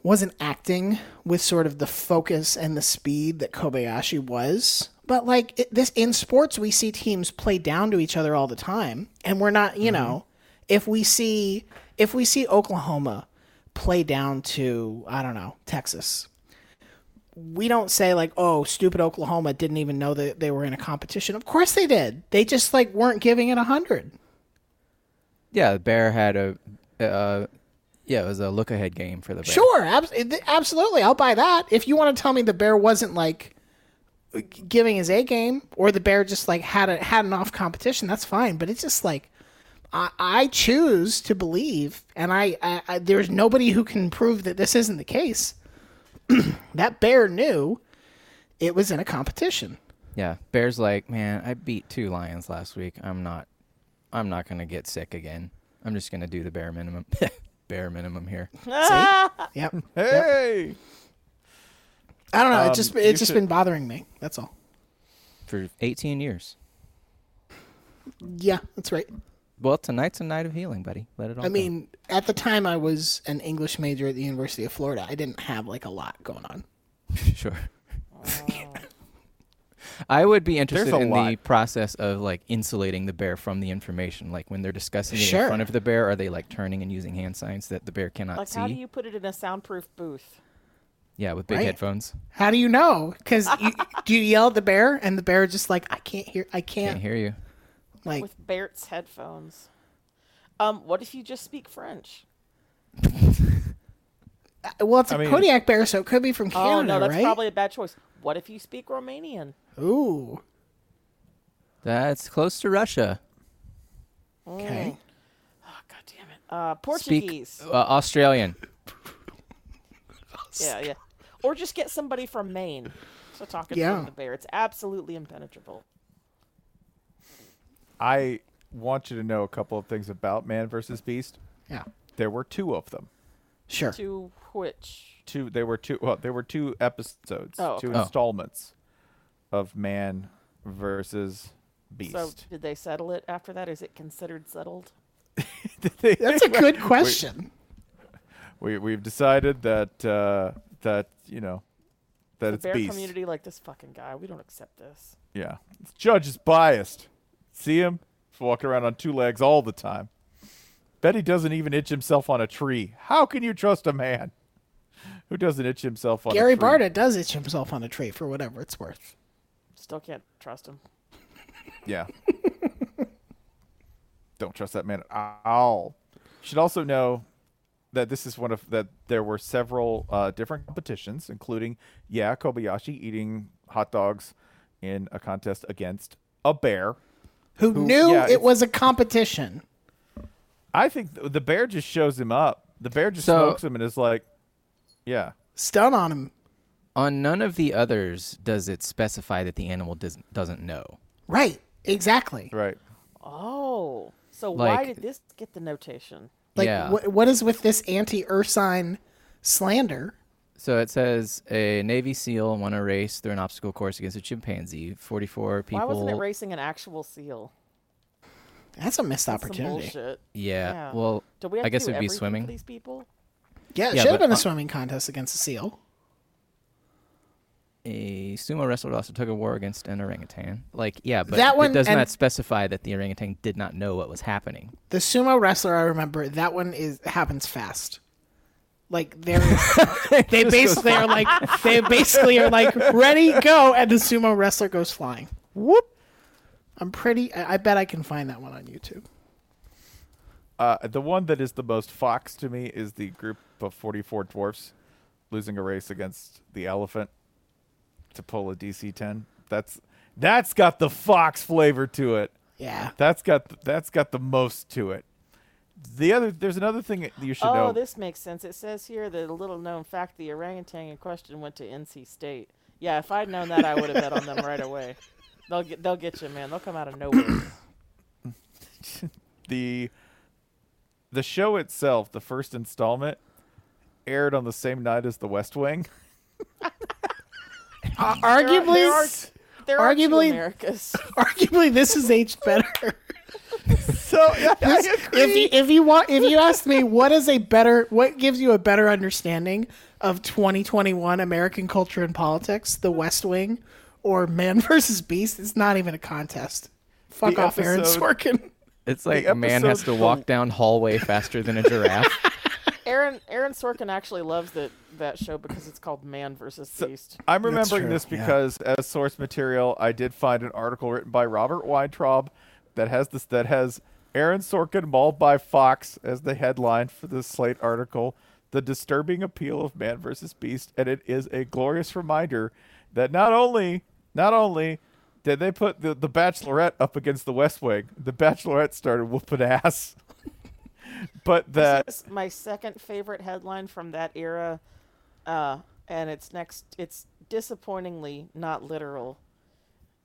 Speaker 1: wasn't acting with sort of the focus and the speed that Kobayashi was. But like it, this in sports, we see teams play down to each other all the time, and we're not, you know, if we see if we see Oklahoma play down to I don't know Texas, we don't say like, oh, stupid Oklahoma didn't even know that they were in a competition. Of course they did. They just like weren't giving it a hundred.
Speaker 5: Yeah, the bear had a, uh, yeah, it was a look ahead game for the bear.
Speaker 1: Sure, abs- it- absolutely, I'll buy that. If you want to tell me the bear wasn't like giving his A game, or the bear just like had a had an off competition, that's fine. But it's just like I, I choose to believe, and I, I, I there's nobody who can prove that this isn't the case. that bear knew it was in a competition.
Speaker 5: Yeah, bear's like, man, I beat two lions last week. I'm not, I'm not gonna get sick again. I'm just gonna do the bare minimum. bare minimum here.
Speaker 1: yep. yep.
Speaker 4: Hey.
Speaker 1: I don't know.
Speaker 5: Um,
Speaker 1: it's just
Speaker 5: you
Speaker 1: it's just
Speaker 5: should-
Speaker 1: been bothering me. That's all.
Speaker 5: For 18 years.
Speaker 1: Yeah, that's right.
Speaker 5: Well, tonight's a night of healing, buddy. Let it all.
Speaker 1: I mean, at the time I was an English major at the University of Florida. I didn't have like a lot going on.
Speaker 5: go. sure. I would be interested
Speaker 1: a
Speaker 5: in the
Speaker 1: lot.
Speaker 5: process of like insulating the bear from the information. Like when they're discussing it
Speaker 1: Sure.
Speaker 5: in front of the bear, are they like turning and using hand signs that the bear cannot
Speaker 3: Like,
Speaker 5: see?
Speaker 3: how do you put it in a soundproof booth?
Speaker 5: yeah, with big
Speaker 1: Right.
Speaker 5: headphones.
Speaker 1: How do you know? Because you, do you yell at the bear and the bear just like I can't hear. I can't.
Speaker 5: Can't hear you.
Speaker 1: Like
Speaker 3: with Barrett's headphones. Um, what if you just speak French?
Speaker 1: uh, well, it's a
Speaker 3: I mean-
Speaker 1: Kodiak bear, so it could be from Canada,
Speaker 3: oh no, that's
Speaker 1: right?
Speaker 3: probably a bad choice. What if you speak Romanian?
Speaker 1: Ooh.
Speaker 5: That's close to Russia.
Speaker 1: Okay. Oh,
Speaker 3: Uh, Portuguese.
Speaker 5: Speak uh, Australian.
Speaker 3: yeah, yeah. Or just get somebody from Maine. So talking
Speaker 4: Yeah.
Speaker 3: to the bear, it's absolutely impenetrable.
Speaker 4: I want you to know a couple of things about Man versus Beast.
Speaker 1: Yeah.
Speaker 4: There were two of them.
Speaker 1: Sure.
Speaker 3: To which?
Speaker 4: Two. There were two. Well, there were two episodes,
Speaker 3: Oh,
Speaker 4: two
Speaker 3: okay. Oh.
Speaker 4: installments of Man versus Beast.
Speaker 3: So did they settle it after that? Is it considered settled?
Speaker 1: That's a good
Speaker 4: We-
Speaker 1: question.
Speaker 4: We we've decided that uh, that you know that
Speaker 3: the
Speaker 4: it's
Speaker 3: bear
Speaker 4: Beast.
Speaker 3: community like this fucking guy. We don't accept this.
Speaker 4: Yeah. This judge is biased. See him? He's walking around on two legs all the time. Bet he doesn't even itch himself on a tree. How can you trust a man who doesn't itch himself on
Speaker 1: Gary
Speaker 4: a tree?
Speaker 1: Barta does itch himself on a tree for whatever it's worth.
Speaker 3: Still can't trust him.
Speaker 4: Yeah. Don't trust that man at all. You should also know that this is one of that there were several uh, different competitions, including yeah, Kobayashi eating hot dogs in a contest against a bear.
Speaker 1: Who, knew
Speaker 4: yeah,
Speaker 1: it was a competition?
Speaker 4: I think th- the bear just shows him up. The bear just
Speaker 5: So-
Speaker 4: smokes him and is like, yeah.
Speaker 1: Stun on him.
Speaker 5: On none of the others does it specify that the animal doesn't doesn't know.
Speaker 1: Right. Exactly.
Speaker 4: Right.
Speaker 3: Oh, so why
Speaker 5: Like-
Speaker 3: did this get the notation?
Speaker 1: Like
Speaker 5: yeah.
Speaker 1: what, what is with this anti-ursine slander?
Speaker 5: so it says a Navy SEAL won a race through an obstacle course against a chimpanzee. Forty-four people.
Speaker 3: Why wasn't it racing an actual seal?
Speaker 1: That's a missed
Speaker 3: That's some
Speaker 1: opportunity.
Speaker 3: bullshit.
Speaker 5: Yeah, well,
Speaker 3: do we have
Speaker 5: I
Speaker 3: to
Speaker 5: guess
Speaker 3: do
Speaker 5: it'd be
Speaker 3: everything for
Speaker 5: swimming.
Speaker 3: These people.
Speaker 1: Yeah, it
Speaker 5: Yeah,
Speaker 1: should have
Speaker 5: but,
Speaker 1: been a
Speaker 5: uh,
Speaker 1: swimming contest against a seal.
Speaker 5: a sumo wrestler also took a war against an orangutan. Like, yeah, but
Speaker 1: That one
Speaker 5: it does
Speaker 1: and-
Speaker 5: not specify that the orangutan did not know what was happening.
Speaker 1: The sumo wrestler, I remember that one is happens fast. Like they're they
Speaker 5: goes
Speaker 1: basically are like they basically are like ready go, and the sumo wrestler goes flying. Whoop! I'm pretty. I, I bet I can find that one on YouTube.
Speaker 4: Uh, the one that is the most fox to me is the group of 44 dwarfs losing a race against the elephant to pull a DC 10. That's that's got the fox flavor to it.
Speaker 1: Yeah.
Speaker 4: That's got th- that's got the most to it. The other there's another thing that you should
Speaker 3: oh,
Speaker 4: know.
Speaker 3: this makes sense. It says here that a little known fact the orangutan in question went to NC State. Yeah, if I'd known that, I would have bet on them right away. They'll get, they'll get you, man. They'll come out of nowhere.
Speaker 4: the the show itself, the first installment aired on the same night as The West Wing.
Speaker 1: arguably,
Speaker 3: there are- there are two Americas.
Speaker 1: arguably, this is aged better.
Speaker 4: so
Speaker 1: This- if you if you want if you ask me what is a better what gives you a better understanding of 2021 American culture and politics, The West Wing, or Man versus Beast, it's not even a contest. Fuck
Speaker 4: The
Speaker 1: off, Aaron
Speaker 4: episode-
Speaker 1: Sorkin.
Speaker 5: It's like a man has to
Speaker 4: episode-
Speaker 5: walk down hallway faster than a giraffe.
Speaker 3: Aaron Aaron Sorkin actually loves that that show because it's called Man versus Beast.
Speaker 4: I'm remembering
Speaker 1: true,
Speaker 4: this
Speaker 1: yeah.
Speaker 4: because as source material, I did find an article written by Robert Weintraub that has this that has Aaron Sorkin mauled by fox as the headline for this Slate article. The disturbing appeal of Man versus Beast, and it is a glorious reminder that not only not only did they put the, the Bachelorette up against the West Wing, the Bachelorette started whooping ass, but that
Speaker 3: This is my second favorite headline from that era, uh, and it's next. It's disappointingly not literal,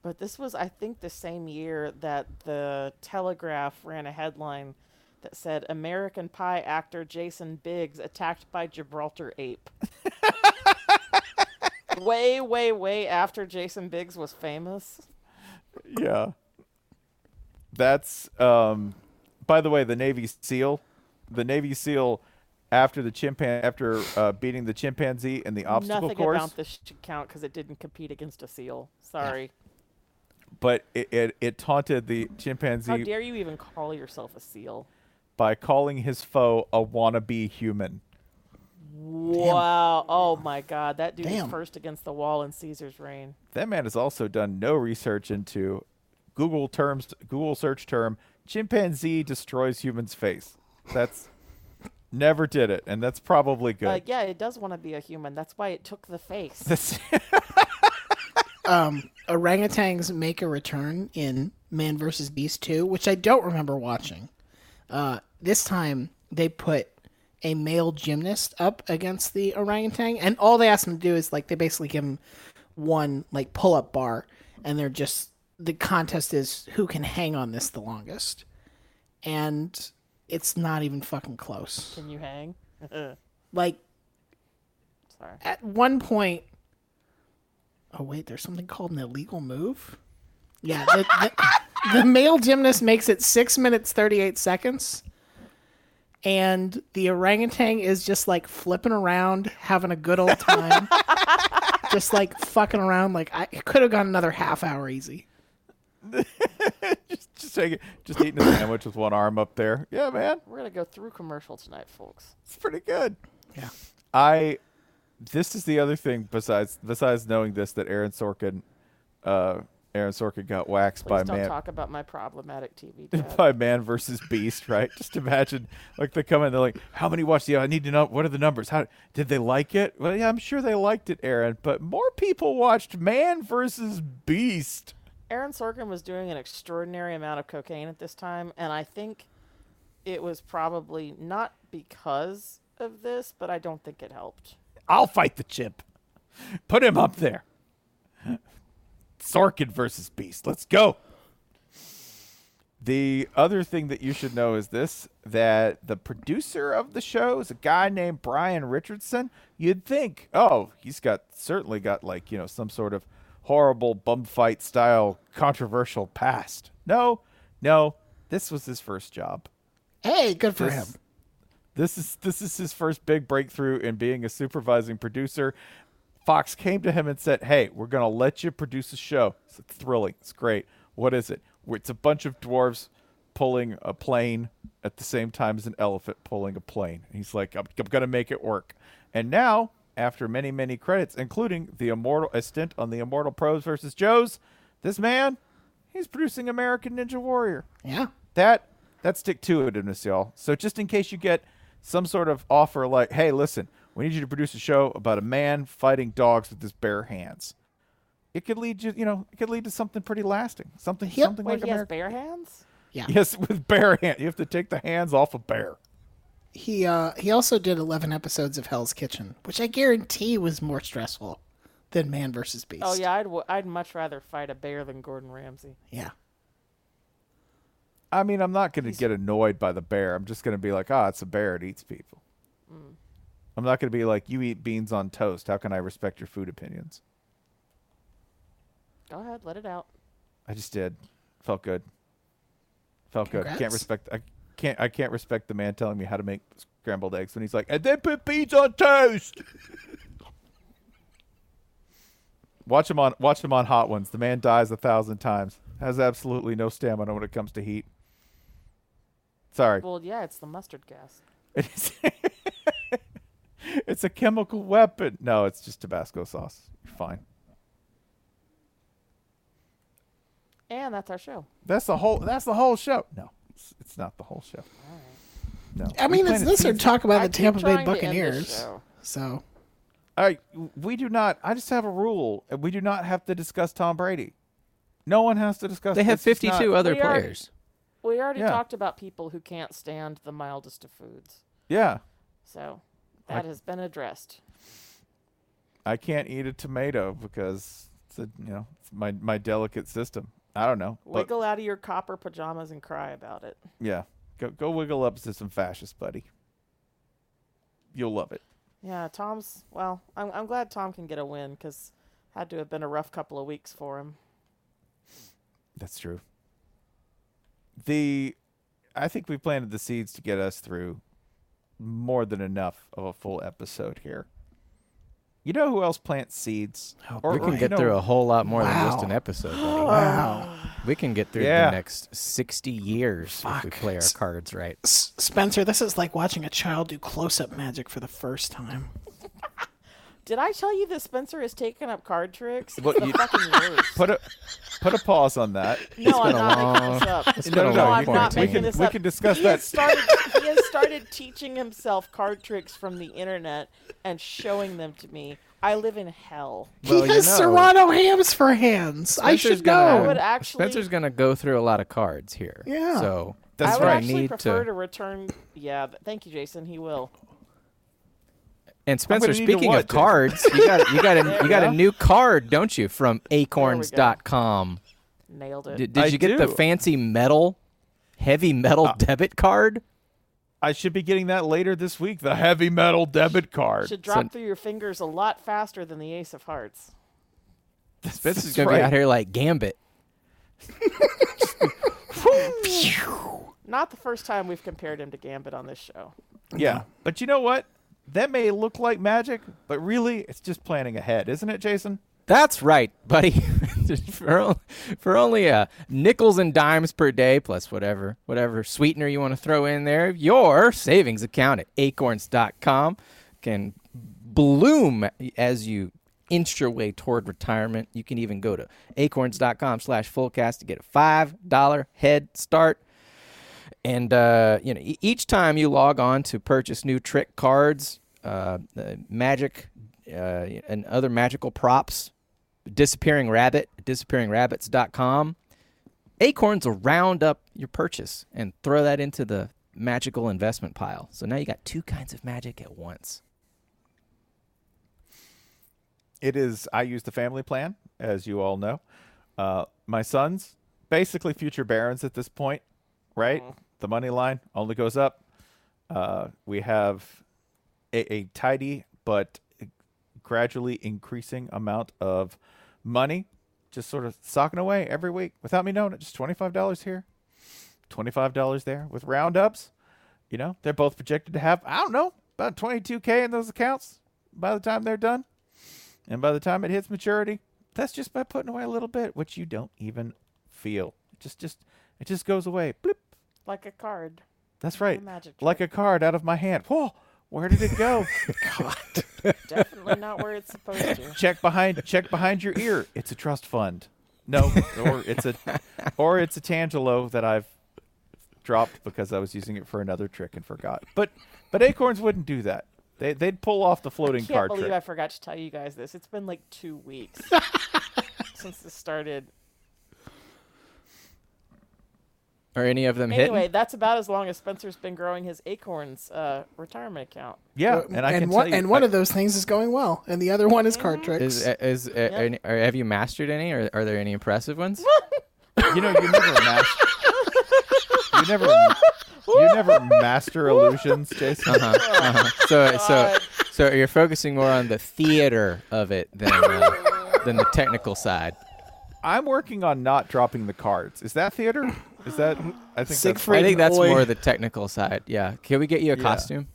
Speaker 3: but this was, I think, the same year that the Telegraph ran a headline that said "American Pie actor Jason Biggs attacked by Gibraltar ape." way, way, way after Jason Biggs was famous.
Speaker 4: yeah. That's um by the way, the Navy SEAL, the Navy SEAL after the chimpan after uh, beating the chimpanzee in the obstacle
Speaker 3: Nothing
Speaker 4: course,
Speaker 3: about this should count because it didn't compete against a seal. Sorry.
Speaker 4: but it, it it taunted the
Speaker 3: How
Speaker 4: chimpanzee
Speaker 3: dare you even call yourself a seal?
Speaker 4: by calling his foe a wannabe human.
Speaker 3: Wow. Oh my God. That dude
Speaker 1: Damn.
Speaker 3: is first against the wall in Caesar's reign.
Speaker 4: That man has also done no research into Google terms Google search term chimpanzee destroys human's face. That's never did it and that's probably good.
Speaker 3: Uh, yeah, it does want to be a human. That's why it took the face.
Speaker 4: That's-
Speaker 1: Um, orangutans make a return in Man versus Beast 2, which I don't remember watching. Uh, this time they put a male gymnast up against the orangutan, and all they asked him to do is like they basically give him one like pull up bar, and they're just the contest is who can hang on this the longest, and it's not even fucking close.
Speaker 3: Can you hang? Sorry.
Speaker 1: Like at one point oh wait there's something called an illegal move yeah the, the, the male gymnast makes it 6 minutes 38 seconds and the orangutan is just like flipping around having a good old time just like fucking around like i it could have gone another half hour easy
Speaker 4: just just taking just eating a sandwich with one arm up there. Yeah, man.
Speaker 3: We're gonna go through commercial tonight, folks.
Speaker 4: It's pretty good. I this is the other thing besides besides knowing this that Aaron Sorkin uh Aaron Sorkin got waxed
Speaker 3: Please
Speaker 4: by
Speaker 3: don't
Speaker 4: man
Speaker 3: talk about my problematic TV. Dad.
Speaker 4: by man versus beast, right? Just imagine like they come in, they're like, How many watched the I need to know what are the numbers? How did they like it? Well yeah, I'm sure they liked it, Aaron, but more people watched Man versus Beast.
Speaker 3: Aaron Sorkin was doing an extraordinary amount of cocaine at this time, and I think it was probably not because of this, but I don't think it helped.
Speaker 4: I'll fight the chimp. Put him up there. Sorkin versus Beast. Let's go. The other thing that you should know is this that the producer of the show is a guy named Brian Richardson. You'd think, oh, he's got certainly got like, you know, some sort of horrible bum fight style controversial past. No, no, this was his first job.
Speaker 1: hey good for him
Speaker 4: This- This is this is his first big breakthrough in being a supervising producer. Fox came to him and said, "Hey, we're gonna let you produce a show. It's thrilling. It's great. What is it? Well, It's a bunch of dwarves pulling a plane at the same time as an elephant pulling a plane." And he's like, "I'm, I'm gonna make it work." And now, after many many credits, including the immortal a stint on the Immortal Pros versus Joes, this man, he's producing American Ninja Warrior.
Speaker 1: Yeah.
Speaker 4: That that's stick to itiveness, y'all. So just in case you get some sort of offer like, hey, listen, we need you to produce a show about a man fighting dogs with his bare hands. It could lead you, you know, it could lead to something pretty lasting. Something something
Speaker 3: Wait,
Speaker 4: like
Speaker 3: he has
Speaker 4: America.
Speaker 3: bare hands?
Speaker 1: Yeah.
Speaker 4: Yes, with bare hand. You have to take the hands off a bear.
Speaker 1: He uh he also did 11 episodes of Hell's Kitchen, which I guarantee was more stressful than Man versus Beast.
Speaker 3: Oh yeah, I'd w- I'd much rather fight a bear than Gordon Ramsay.
Speaker 1: Yeah.
Speaker 4: I mean, I'm not going to get annoyed by the bear. I'm just going to be like, ah, it's a bear. It eats people.
Speaker 3: Mm.
Speaker 4: I'm not going to be like, you eat beans on toast. How can I respect your food opinions?
Speaker 3: Go ahead, let it out.
Speaker 4: I just did. Felt good. Felt good. I can't
Speaker 3: Congrats.
Speaker 4: respect. I can't. I can't respect the man telling me how to make scrambled eggs when he's like, and then put beans on toast. watch him on. Watch him on hot ones. The man dies a thousand times. Has absolutely no stamina when it comes to heat. Sorry,
Speaker 3: Well, yeah, it's the mustard gas.
Speaker 4: it's a chemical weapon. No, it's just Tabasco sauce. You're fine.
Speaker 3: And that's our show.
Speaker 4: That's the whole. That's the whole show. No, it's, it's not the whole show. No.
Speaker 1: I
Speaker 4: We
Speaker 1: mean, it's
Speaker 4: planted
Speaker 1: this or
Speaker 4: seeds.
Speaker 1: talk about
Speaker 3: I
Speaker 1: the
Speaker 3: keep
Speaker 1: Tampa Bay
Speaker 3: trying to end this
Speaker 1: Buccaneers.
Speaker 3: show.
Speaker 1: So,
Speaker 4: All right, we do not. I just have a rule. We do not have to discuss Tom Brady. No one has to discuss.
Speaker 5: They have
Speaker 4: it's just
Speaker 5: 52
Speaker 4: not-
Speaker 5: other We are- players.
Speaker 3: We already
Speaker 4: Yeah.
Speaker 3: talked about people who can't stand the mildest of foods.
Speaker 4: Yeah,
Speaker 3: So
Speaker 4: I-
Speaker 3: that has been addressed.
Speaker 4: I can't eat a tomato because it's a, you know it's my my delicate system. I don't know. but-
Speaker 3: Wiggle out of your copper pajamas and cry about it.
Speaker 4: yeah, go go wiggle up to some fascist, buddy. You'll love it.
Speaker 3: Yeah, Tom's. Well, I'm, I'm glad Tom can get a win because had to have been a rough couple of weeks for him.
Speaker 4: That's true. The I think we planted the seeds to get us through more than enough of a full episode here. You know who else plants seeds?
Speaker 5: Oh, we can get through a whole lot more than just an episode. buddy.
Speaker 1: Wow.
Speaker 5: We can get through
Speaker 4: Yeah.
Speaker 5: the next 60 years if we play our cards right.
Speaker 1: S- Spencer, this is like watching a child do close-up magic for the first time.
Speaker 3: Did I tell you that Spencer is taking up card tricks? It's
Speaker 4: What
Speaker 3: the
Speaker 4: you-
Speaker 3: fucking worst.
Speaker 4: Put a put a pause on that.
Speaker 3: No, I'm not making this up.
Speaker 4: No, no,
Speaker 3: no,
Speaker 4: you
Speaker 3: I'm
Speaker 4: can-
Speaker 3: not
Speaker 4: we
Speaker 3: making
Speaker 4: can-
Speaker 3: this
Speaker 4: We
Speaker 3: up.
Speaker 4: can discuss
Speaker 3: he
Speaker 4: that.
Speaker 3: Has started, he has started teaching himself card tricks from the internet and showing them to me. I live in hell.
Speaker 5: Well,
Speaker 1: he
Speaker 5: you
Speaker 1: has
Speaker 5: know.
Speaker 1: serrano hams for hands. I should
Speaker 5: gonna,
Speaker 1: know. I would
Speaker 3: actually-
Speaker 5: Spencer's going to go through a lot of cards here.
Speaker 1: Yeah.
Speaker 5: So
Speaker 3: I
Speaker 5: that's
Speaker 3: would
Speaker 5: where I
Speaker 3: actually
Speaker 5: need
Speaker 3: prefer to...
Speaker 5: to.
Speaker 3: return. Yeah, th- thank you, Jason. He will.
Speaker 5: And Spencer,
Speaker 4: gonna need to
Speaker 5: speaking
Speaker 4: watch
Speaker 5: of
Speaker 4: it.
Speaker 5: cards, you got you got a
Speaker 3: There
Speaker 5: you got
Speaker 3: we
Speaker 5: a
Speaker 3: go.
Speaker 5: new card, don't you, from acorns.com.
Speaker 3: Nailed it.
Speaker 5: Did, did
Speaker 4: I
Speaker 5: you get the
Speaker 4: do. Uh,
Speaker 5: fancy metal heavy metal debit card?
Speaker 4: I should be getting that later this week. The heavy metal debit card.
Speaker 3: Should drop through your fingers a lot faster than the Ace of Hearts.
Speaker 5: Spencer's
Speaker 4: Spencer's
Speaker 5: going to be
Speaker 4: right.
Speaker 5: out here like Gambit.
Speaker 3: Not the first time we've compared him to Gambit on this show.
Speaker 4: Yeah, but you know what? That may look like magic, but really, it's just planning ahead, isn't it, Jason?
Speaker 5: That's right, buddy. for, on- for only uh, nickels and dimes per day, plus whatever whatever sweetener you want to throw in there, your savings account at acorns.com can bloom as you inch your way toward retirement. You can even go to acorns.com slash fullcast to get a $5 head start. And uh, you know, e- each time you log on to purchase new trick cards, uh, uh, magic, uh, and other magical props, disappearing rabbit, disappearingrabbits.com, Acorns will round up your purchase and throw that into the magical investment pile. So now you got two kinds of magic at once.
Speaker 4: It is. I use the family plan, as you all know. Uh, my sons, basically future barons at this point, right? The money line only goes up. Uh, we have a, a tidy but gradually increasing amount of money, just sort of socking away every week without me knowing it. Just twenty five dollars here, twenty five dollars there with roundups. You know, they're both projected to have, I don't know, about 22K in those accounts by the time they're done. And by the time it hits maturity, that's just by putting away a little bit, which you don't even feel. It just, just, it just goes away. Bloop.
Speaker 3: Like a card.
Speaker 4: That's right.
Speaker 3: A magic
Speaker 4: like a card out of my hand. Whoa, where did it go? God.
Speaker 3: Definitely not where it's supposed to.
Speaker 4: check behind check behind your ear. It's a trust fund. No, or it's a or it's a tangelo that I've dropped because I was using it for another trick and forgot. But but acorns wouldn't do that. They they'd pull off the floating
Speaker 3: Can't
Speaker 4: card
Speaker 3: believe
Speaker 4: trick.
Speaker 3: I forgot to tell you guys this. It's been like two weeks since this started.
Speaker 5: Are any of them
Speaker 3: anyway,
Speaker 5: hit?
Speaker 3: that's about as long as Spencer's been growing his Acorns uh, retirement account.
Speaker 4: Yeah,
Speaker 1: Uh,
Speaker 5: and I can
Speaker 1: one,
Speaker 5: tell you-
Speaker 1: and one of those things is going well, and the other one is card tricks.
Speaker 5: Is, is, uh, any- are, have you mastered any? Or are there any impressive ones?
Speaker 4: you know, you never master. You never you never master illusions, Jason.
Speaker 5: Uh-huh, uh-huh. So so so you're focusing more on the theater of it than uh, than the technical side.
Speaker 4: I'm working on not dropping the cards. Is that theater? Is that I think that's
Speaker 5: I think that's more the technical side. Yeah. Can we get you a
Speaker 4: Yeah.
Speaker 5: costume?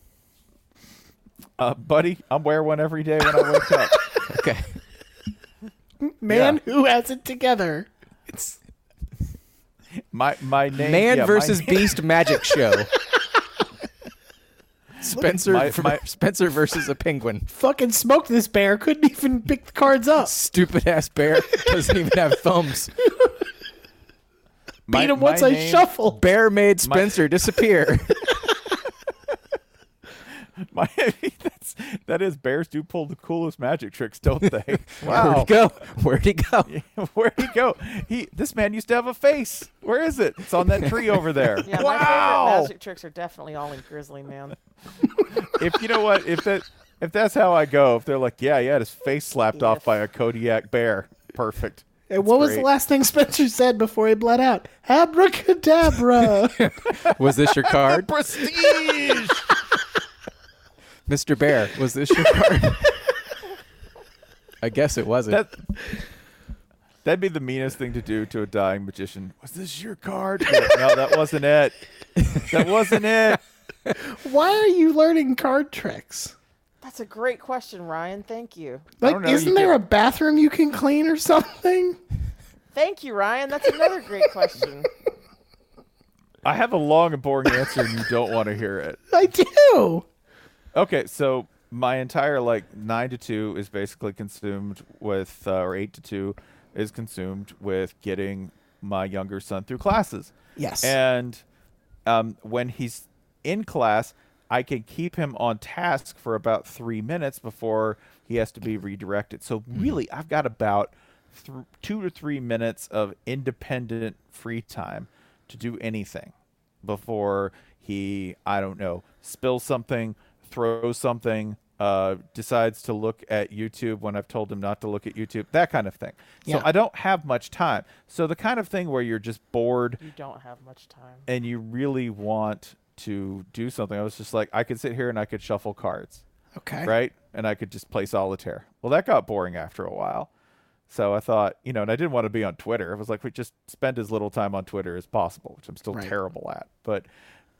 Speaker 4: Uh, buddy, I wear one every day when I wake up.
Speaker 5: okay.
Speaker 1: Man who has it together. It's
Speaker 4: My my name
Speaker 5: Man
Speaker 4: yeah, my-
Speaker 5: versus Beast magic show. Spencer
Speaker 4: My-
Speaker 5: ver-
Speaker 4: my-
Speaker 5: Spencer versus a penguin.
Speaker 1: fucking smoked this bear. Couldn't even pick the cards up.
Speaker 5: Stupid ass bear doesn't even have thumbs.
Speaker 4: My-
Speaker 1: Beat him once
Speaker 4: my
Speaker 1: I
Speaker 4: name-
Speaker 1: shuffle.
Speaker 5: Bear made Spencer disappear.
Speaker 4: My that's that is bears do pull the coolest magic tricks, don't they?
Speaker 5: Where'd he go? Where'd he go?
Speaker 4: Where'd he go? He this man used to have a face. Where is it? It's on that tree over there.
Speaker 3: Yeah, my favorite
Speaker 4: wow.
Speaker 3: magic tricks are definitely all in Grizzly Man.
Speaker 4: if you know what, if that if that's how I go, if they're like, yeah, he had his face slapped off by a Kodiak bear. Perfect.
Speaker 1: And what was the
Speaker 4: great.
Speaker 1: last thing Spencer said before he bled out? Abracadabra.
Speaker 5: Was this your card?
Speaker 4: Prestige.
Speaker 5: Mr. Bear, was this your card? I guess it wasn't.
Speaker 4: That, that'd be the meanest thing to do to a dying magician. Was this your card? Yeah, no, that wasn't it. That wasn't it.
Speaker 1: Why are you learning card tricks?
Speaker 3: That's a great question, Ryan. Thank you.
Speaker 1: Like,
Speaker 4: know,
Speaker 1: isn't
Speaker 4: you
Speaker 1: there
Speaker 4: get-
Speaker 1: a bathroom you can clean or something?
Speaker 3: Thank you, Ryan. That's another great question.
Speaker 4: I have a long and boring answer, and you don't want to hear it.
Speaker 1: I do.
Speaker 4: Okay, so my entire like nine to two is basically consumed with, uh, or eight to two is consumed with getting my younger son through classes.
Speaker 1: Yes.
Speaker 4: And um, when he's in class, I can keep him on task for about three minutes before he has to be redirected. So
Speaker 1: Hmm.
Speaker 4: really, I've got about th- two to three minutes of independent free time to do anything before he i don't know spills something throws something uh, decides to look at youtube when i've told him not to look at youtube that kind of thing
Speaker 1: Yeah.
Speaker 4: so i don't have much time so the kind of thing where you're just bored
Speaker 3: You don't have much time.
Speaker 4: and you really want to do something i was just like i could sit here and i could shuffle cards
Speaker 1: Okay.
Speaker 4: right? And I could just play solitaire. Well, that got boring after a while. So I thought, you know, and I didn't want to be on Twitter. I was like, we just spend as little time on Twitter as possible, which I'm still
Speaker 1: Right.
Speaker 4: terrible at. But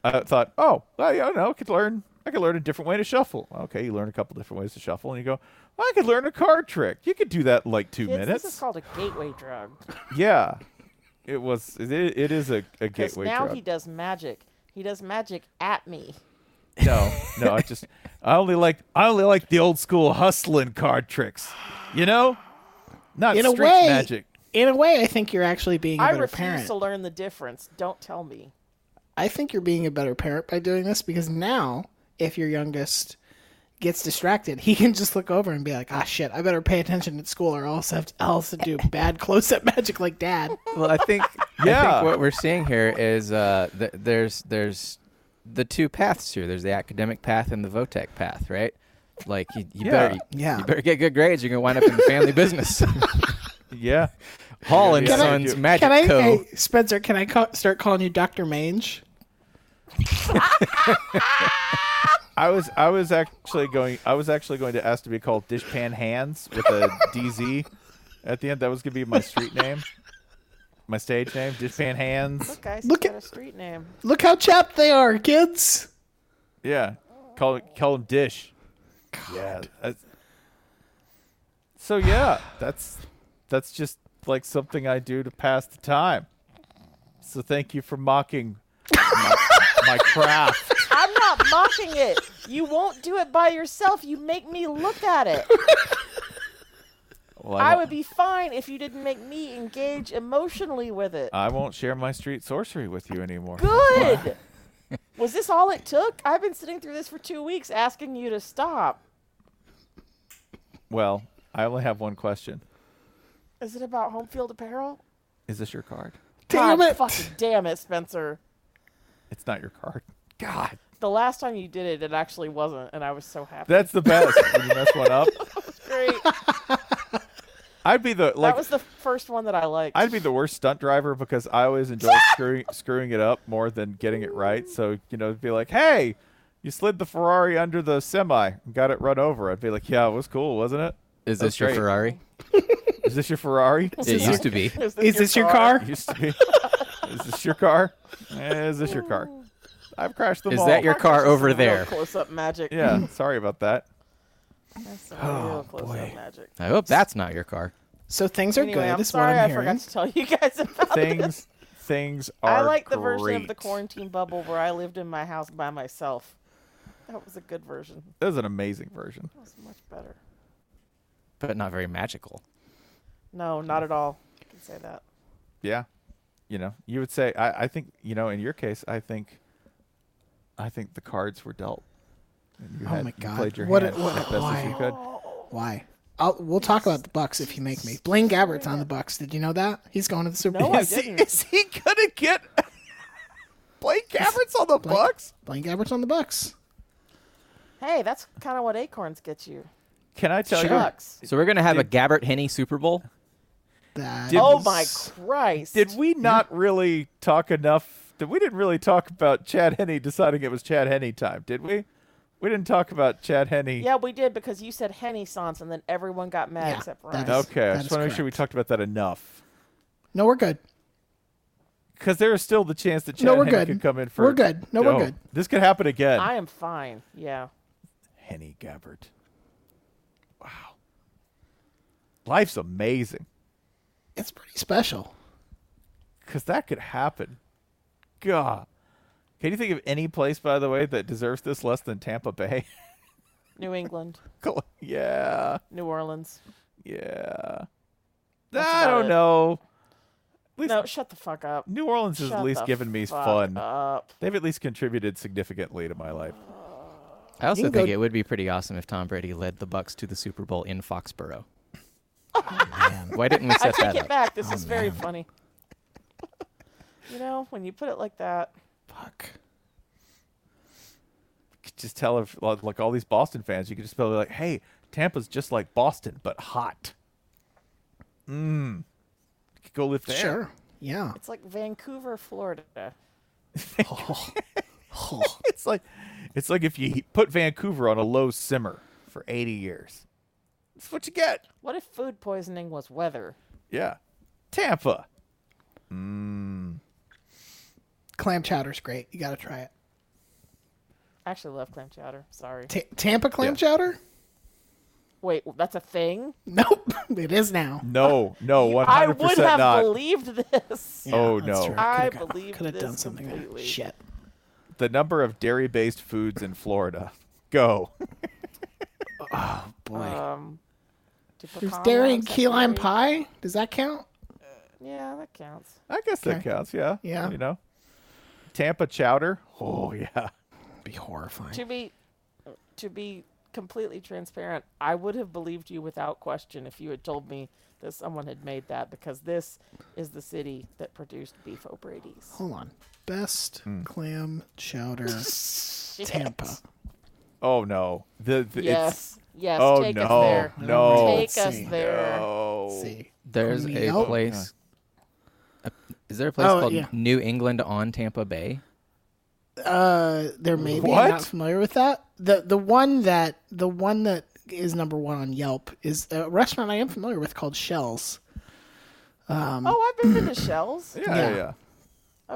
Speaker 4: I thought, oh, well, yeah, no, I could learn. I could learn a different way to shuffle. Okay, you learn a couple different ways to shuffle, and you go, I could learn a card trick. You could do that in like two
Speaker 3: Kids,
Speaker 4: minutes.
Speaker 3: This is called a gateway drug.
Speaker 4: yeah, it was. It, it is a, a
Speaker 3: Because
Speaker 4: gateway
Speaker 3: now
Speaker 4: drug.
Speaker 3: he does magic. He does magic at me.
Speaker 4: No, no, I just I only like I only like the old school hustling card tricks. You know? Not
Speaker 1: In a
Speaker 4: street
Speaker 1: way,
Speaker 4: magic.
Speaker 1: in a way, I think you're actually being a
Speaker 3: I
Speaker 1: better
Speaker 3: refuse
Speaker 1: parent.
Speaker 3: to learn the difference. Don't tell me.
Speaker 1: I think you're being a better parent by doing this because now, if your youngest gets distracted, he can just look over and be like, "Ah, shit! I better pay attention at school, or else I'll have to, I'll have to do bad close-up magic like dad."
Speaker 5: well, I think I
Speaker 4: Yeah.
Speaker 5: think what we're seeing here is uh, th- there's there's the two paths here. There's the academic path and the Votech path, right? Like you, you
Speaker 4: Yeah.
Speaker 5: better
Speaker 1: Yeah.
Speaker 5: you better get good grades. You're gonna wind up in the family business.
Speaker 4: Yeah.
Speaker 5: Hall and
Speaker 4: Can I-
Speaker 5: Sons Magic
Speaker 1: can I,
Speaker 5: Co.
Speaker 1: hey, Spencer? Can I ca- start calling you Doctor Mange?
Speaker 4: I was I was actually going I was actually going to ask to be called Dishpan Hands with a DZ at the end. That was gonna be my street name. My stage name, Dishpan Hands.
Speaker 3: Guys,
Speaker 1: Look
Speaker 3: he's got
Speaker 1: at-
Speaker 3: a street name.
Speaker 1: Look how chapped they are, kids.
Speaker 4: Yeah. Call call him Dish. Yeah. that's- so yeah, that's that's just like something I do to pass the time. So thank you for mocking my, my craft.
Speaker 3: I'm not mocking it. You won't do it by yourself. You make me look at it.
Speaker 4: Well,
Speaker 3: I
Speaker 4: won't-
Speaker 3: would be fine if you didn't make me engage emotionally with it.
Speaker 4: I won't share my street sorcery with you anymore.
Speaker 3: Good. Was this all it took? I've been sitting through this for two weeks asking you to stop.
Speaker 4: Well, I only have one question.
Speaker 3: Is it about home field apparel?
Speaker 4: Is this your card?
Speaker 3: Damn it! Fucking damn it, Spencer.
Speaker 4: It's not your card.
Speaker 3: The last time you did it, it actually wasn't, and I was so happy.
Speaker 4: That's the best. when you mess one up.
Speaker 3: That's great.
Speaker 4: I'd be the like
Speaker 3: that was the first one that I liked.
Speaker 4: I'd be the worst stunt driver because I always enjoy screwing screwing it up more than getting it right. So you know, it'd be like, "Hey, you slid the Ferrari under the semi and got it run over." I'd be like, "Yeah, it was cool, wasn't it?"
Speaker 5: Is
Speaker 4: That was
Speaker 5: this your
Speaker 4: great."
Speaker 5: Ferrari?
Speaker 4: Is this your Ferrari?
Speaker 5: Is It this used your- to be.
Speaker 3: is this Is your this your car? car?
Speaker 4: Used to be. Is this your car? Eh, Is this your car? I've crashed them
Speaker 5: Is
Speaker 4: all.
Speaker 5: that your car over there?
Speaker 3: Close up magic.
Speaker 4: Yeah, sorry about that.
Speaker 3: That's some real
Speaker 5: Oh
Speaker 3: close up
Speaker 5: boy!
Speaker 3: magic.
Speaker 5: I hope that's not your car.
Speaker 1: So things are
Speaker 3: anyway,
Speaker 1: good.
Speaker 3: I'm
Speaker 1: is
Speaker 3: sorry
Speaker 1: what I'm
Speaker 3: I
Speaker 1: hearing.
Speaker 3: forgot to tell you guys about this.
Speaker 4: Things things are
Speaker 3: I like the version of the
Speaker 4: great.
Speaker 3: quarantine bubble where I lived in my house by myself. That was a good version.
Speaker 4: That was an amazing version,
Speaker 3: That was much better.
Speaker 5: but not very magical.
Speaker 3: No, not at all. I can say that.
Speaker 4: Yeah. You know, you would say I, I think, you know, in your case, I think I think the cards were dealt. And you
Speaker 1: Oh
Speaker 4: had-
Speaker 1: my
Speaker 4: you
Speaker 1: God.
Speaker 4: played your
Speaker 1: What a-
Speaker 4: hand
Speaker 1: what a-
Speaker 4: as best as you
Speaker 1: why?
Speaker 4: could.
Speaker 1: Why? I'll, we'll talk about the Bucks if you make me. Blaine Gabbert's on the Bucks. Did you know that he's going to the Super
Speaker 3: No,
Speaker 1: Bowl?
Speaker 3: I didn't.
Speaker 4: Is he gonna get Blake Gabbert's on the Bucks?
Speaker 1: Blaine Gabbert's on the Bucks.
Speaker 3: Hey, that's kind of what acorns get you.
Speaker 4: Can I tell
Speaker 3: Shucks.
Speaker 5: So we're gonna have a Gabbert Henny Super Bowl.
Speaker 1: That
Speaker 4: Did-
Speaker 3: oh my Christ!
Speaker 4: you? Did we not really talk enough? Did we didn't really talk about Chad Henney deciding it was Chad Henney time, did we? We didn't talk about Chad Henney.
Speaker 3: yeah, we did because you said Henny Sans, and then everyone got mad
Speaker 1: Yeah,
Speaker 3: except for
Speaker 1: that
Speaker 3: us.
Speaker 1: is-
Speaker 4: Okay, I
Speaker 1: that
Speaker 4: just
Speaker 1: is
Speaker 4: want to make sure we talked about that enough.
Speaker 1: no, we're good.
Speaker 4: Because there is still the chance that Chad
Speaker 1: No, we're
Speaker 4: Henne
Speaker 1: good.
Speaker 4: could come in for.
Speaker 1: We're good. No, we're good.
Speaker 4: This could happen again.
Speaker 3: I am fine. Yeah.
Speaker 4: Henny Gabbert. Wow. Life's amazing
Speaker 1: It's pretty special.
Speaker 4: because that could happen. God. Can you think of any place, by the way, that deserves this less than Tampa Bay?
Speaker 3: New England,
Speaker 4: Cool. yeah.
Speaker 3: New Orleans.
Speaker 4: Yeah.
Speaker 3: That's
Speaker 4: I
Speaker 3: about
Speaker 4: don't
Speaker 3: it.
Speaker 4: know. At least
Speaker 3: No, shut the fuck up.
Speaker 4: New Orleans has
Speaker 3: Shut
Speaker 4: at least
Speaker 3: the
Speaker 4: given me
Speaker 3: fuck
Speaker 4: fun.
Speaker 3: Up.
Speaker 4: They've at least contributed significantly to my life.
Speaker 5: I also
Speaker 1: can
Speaker 5: think
Speaker 1: go-
Speaker 5: it would be pretty awesome if Tom Brady led the Bucks to the Super Bowl in Foxborough. Why didn't we
Speaker 3: I
Speaker 5: set
Speaker 3: take
Speaker 5: that
Speaker 3: it
Speaker 5: up?
Speaker 3: back.
Speaker 1: Oh,
Speaker 3: This is very funny. you know, when you put it like that,
Speaker 1: Fuck.
Speaker 4: could just tell if like like all these Boston fans, you could just be like, "Hey, Tampa's just like Boston, but hot." Mmm. Could go live there.
Speaker 1: Sure. Yeah.
Speaker 3: it's like Vancouver, Florida.
Speaker 4: It's like, it's like if you he- put Vancouver on a low simmer for eighty years, that's what you get.
Speaker 3: What if food poisoning was weather?
Speaker 4: Yeah. Tampa.
Speaker 1: Clam chowder's great. You got to try it.
Speaker 3: I actually love clam chowder. Sorry.
Speaker 1: Ta- Tampa clam
Speaker 4: Yeah.
Speaker 1: chowder?
Speaker 3: Wait, that's a thing?
Speaker 1: Nope. It is now.
Speaker 4: No, no, one
Speaker 3: Uh, I
Speaker 4: hundred
Speaker 3: would
Speaker 4: percent
Speaker 3: have
Speaker 4: not.
Speaker 3: believed this.
Speaker 4: oh
Speaker 1: that's
Speaker 4: no,
Speaker 1: true. Coulda
Speaker 3: I
Speaker 1: got-
Speaker 3: believed
Speaker 1: coulda
Speaker 3: this
Speaker 1: done something.
Speaker 3: completely.
Speaker 1: Shit.
Speaker 4: the number of dairy-based foods in Florida. Go.
Speaker 1: Boy.
Speaker 3: Um, do
Speaker 1: There's
Speaker 3: pecan
Speaker 1: dairy
Speaker 3: logs
Speaker 1: and
Speaker 3: have
Speaker 1: key lime
Speaker 3: dairy?
Speaker 1: pie. Does that count?
Speaker 3: Yeah, that counts.
Speaker 4: I guess that
Speaker 1: Okay.
Speaker 4: counts. Yeah.
Speaker 1: Yeah.
Speaker 4: You know, Tampa chowder. Oh yeah.
Speaker 1: Be horrifying.
Speaker 3: To be, to be completely transparent, I would have believed you without question if you had told me that someone had made that because this is the city that produced Beef O'Brady's.
Speaker 1: Hold on. Best
Speaker 4: Hmm.
Speaker 1: clam chowder Tampa.
Speaker 4: Oh no. The, the it's,
Speaker 3: Yes, yes.
Speaker 4: Oh,
Speaker 3: take
Speaker 4: no,
Speaker 3: us there.
Speaker 4: no.
Speaker 3: take
Speaker 1: Let's
Speaker 3: us
Speaker 1: see.
Speaker 3: there.
Speaker 4: Oh.
Speaker 1: See.
Speaker 5: There's a
Speaker 1: Nope.
Speaker 5: place. a- is there a place
Speaker 1: Oh,
Speaker 5: called
Speaker 1: yeah.
Speaker 5: New England on Tampa Bay?
Speaker 1: Uh, there may be. I'm
Speaker 4: What?
Speaker 1: not familiar with that. the The one that the one that is number one on Yelp is a restaurant I am familiar with called Shells. Um,
Speaker 3: Oh, I've been to the shells.
Speaker 4: Yeah, yeah,
Speaker 1: Yeah.
Speaker 4: yeah.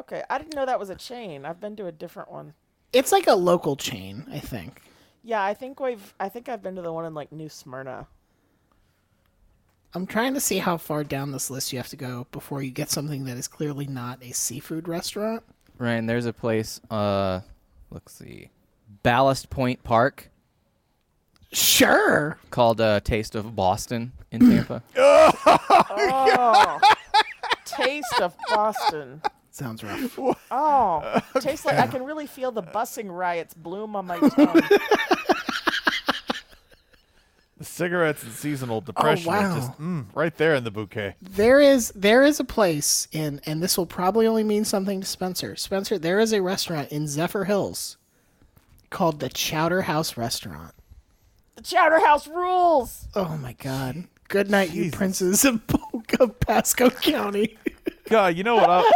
Speaker 3: Okay, I didn't know that was a chain. I've been to a different one.
Speaker 1: It's like a local chain, I think.
Speaker 3: Yeah, I think we've. I think I've been to the one in like New Smyrna.
Speaker 1: I'm trying to see how far down this list you have to go before you get something that is clearly not a seafood restaurant.
Speaker 5: Ryan, there's a place. Uh, let's see, Ballast Point Park.
Speaker 1: Sure.
Speaker 5: Called uh, Taste of Boston in Tampa.
Speaker 3: Oh, taste of Boston.
Speaker 1: Sounds rough.
Speaker 3: Oh, tastes like I can really feel the bussing riots bloom on my tongue.
Speaker 4: The cigarettes and
Speaker 3: Oh,
Speaker 4: seasonal depression are
Speaker 1: wow.
Speaker 4: just mm, right there in the bouquet.
Speaker 1: There is there is a place in and this will probably only mean something to Spencer. Spencer, there is a restaurant in Zephyr Hills called the Chowder House Restaurant.
Speaker 3: the Chowder House rules.
Speaker 1: Oh my god. Good night, you princes of Polka Pasco County.
Speaker 4: God, you know what?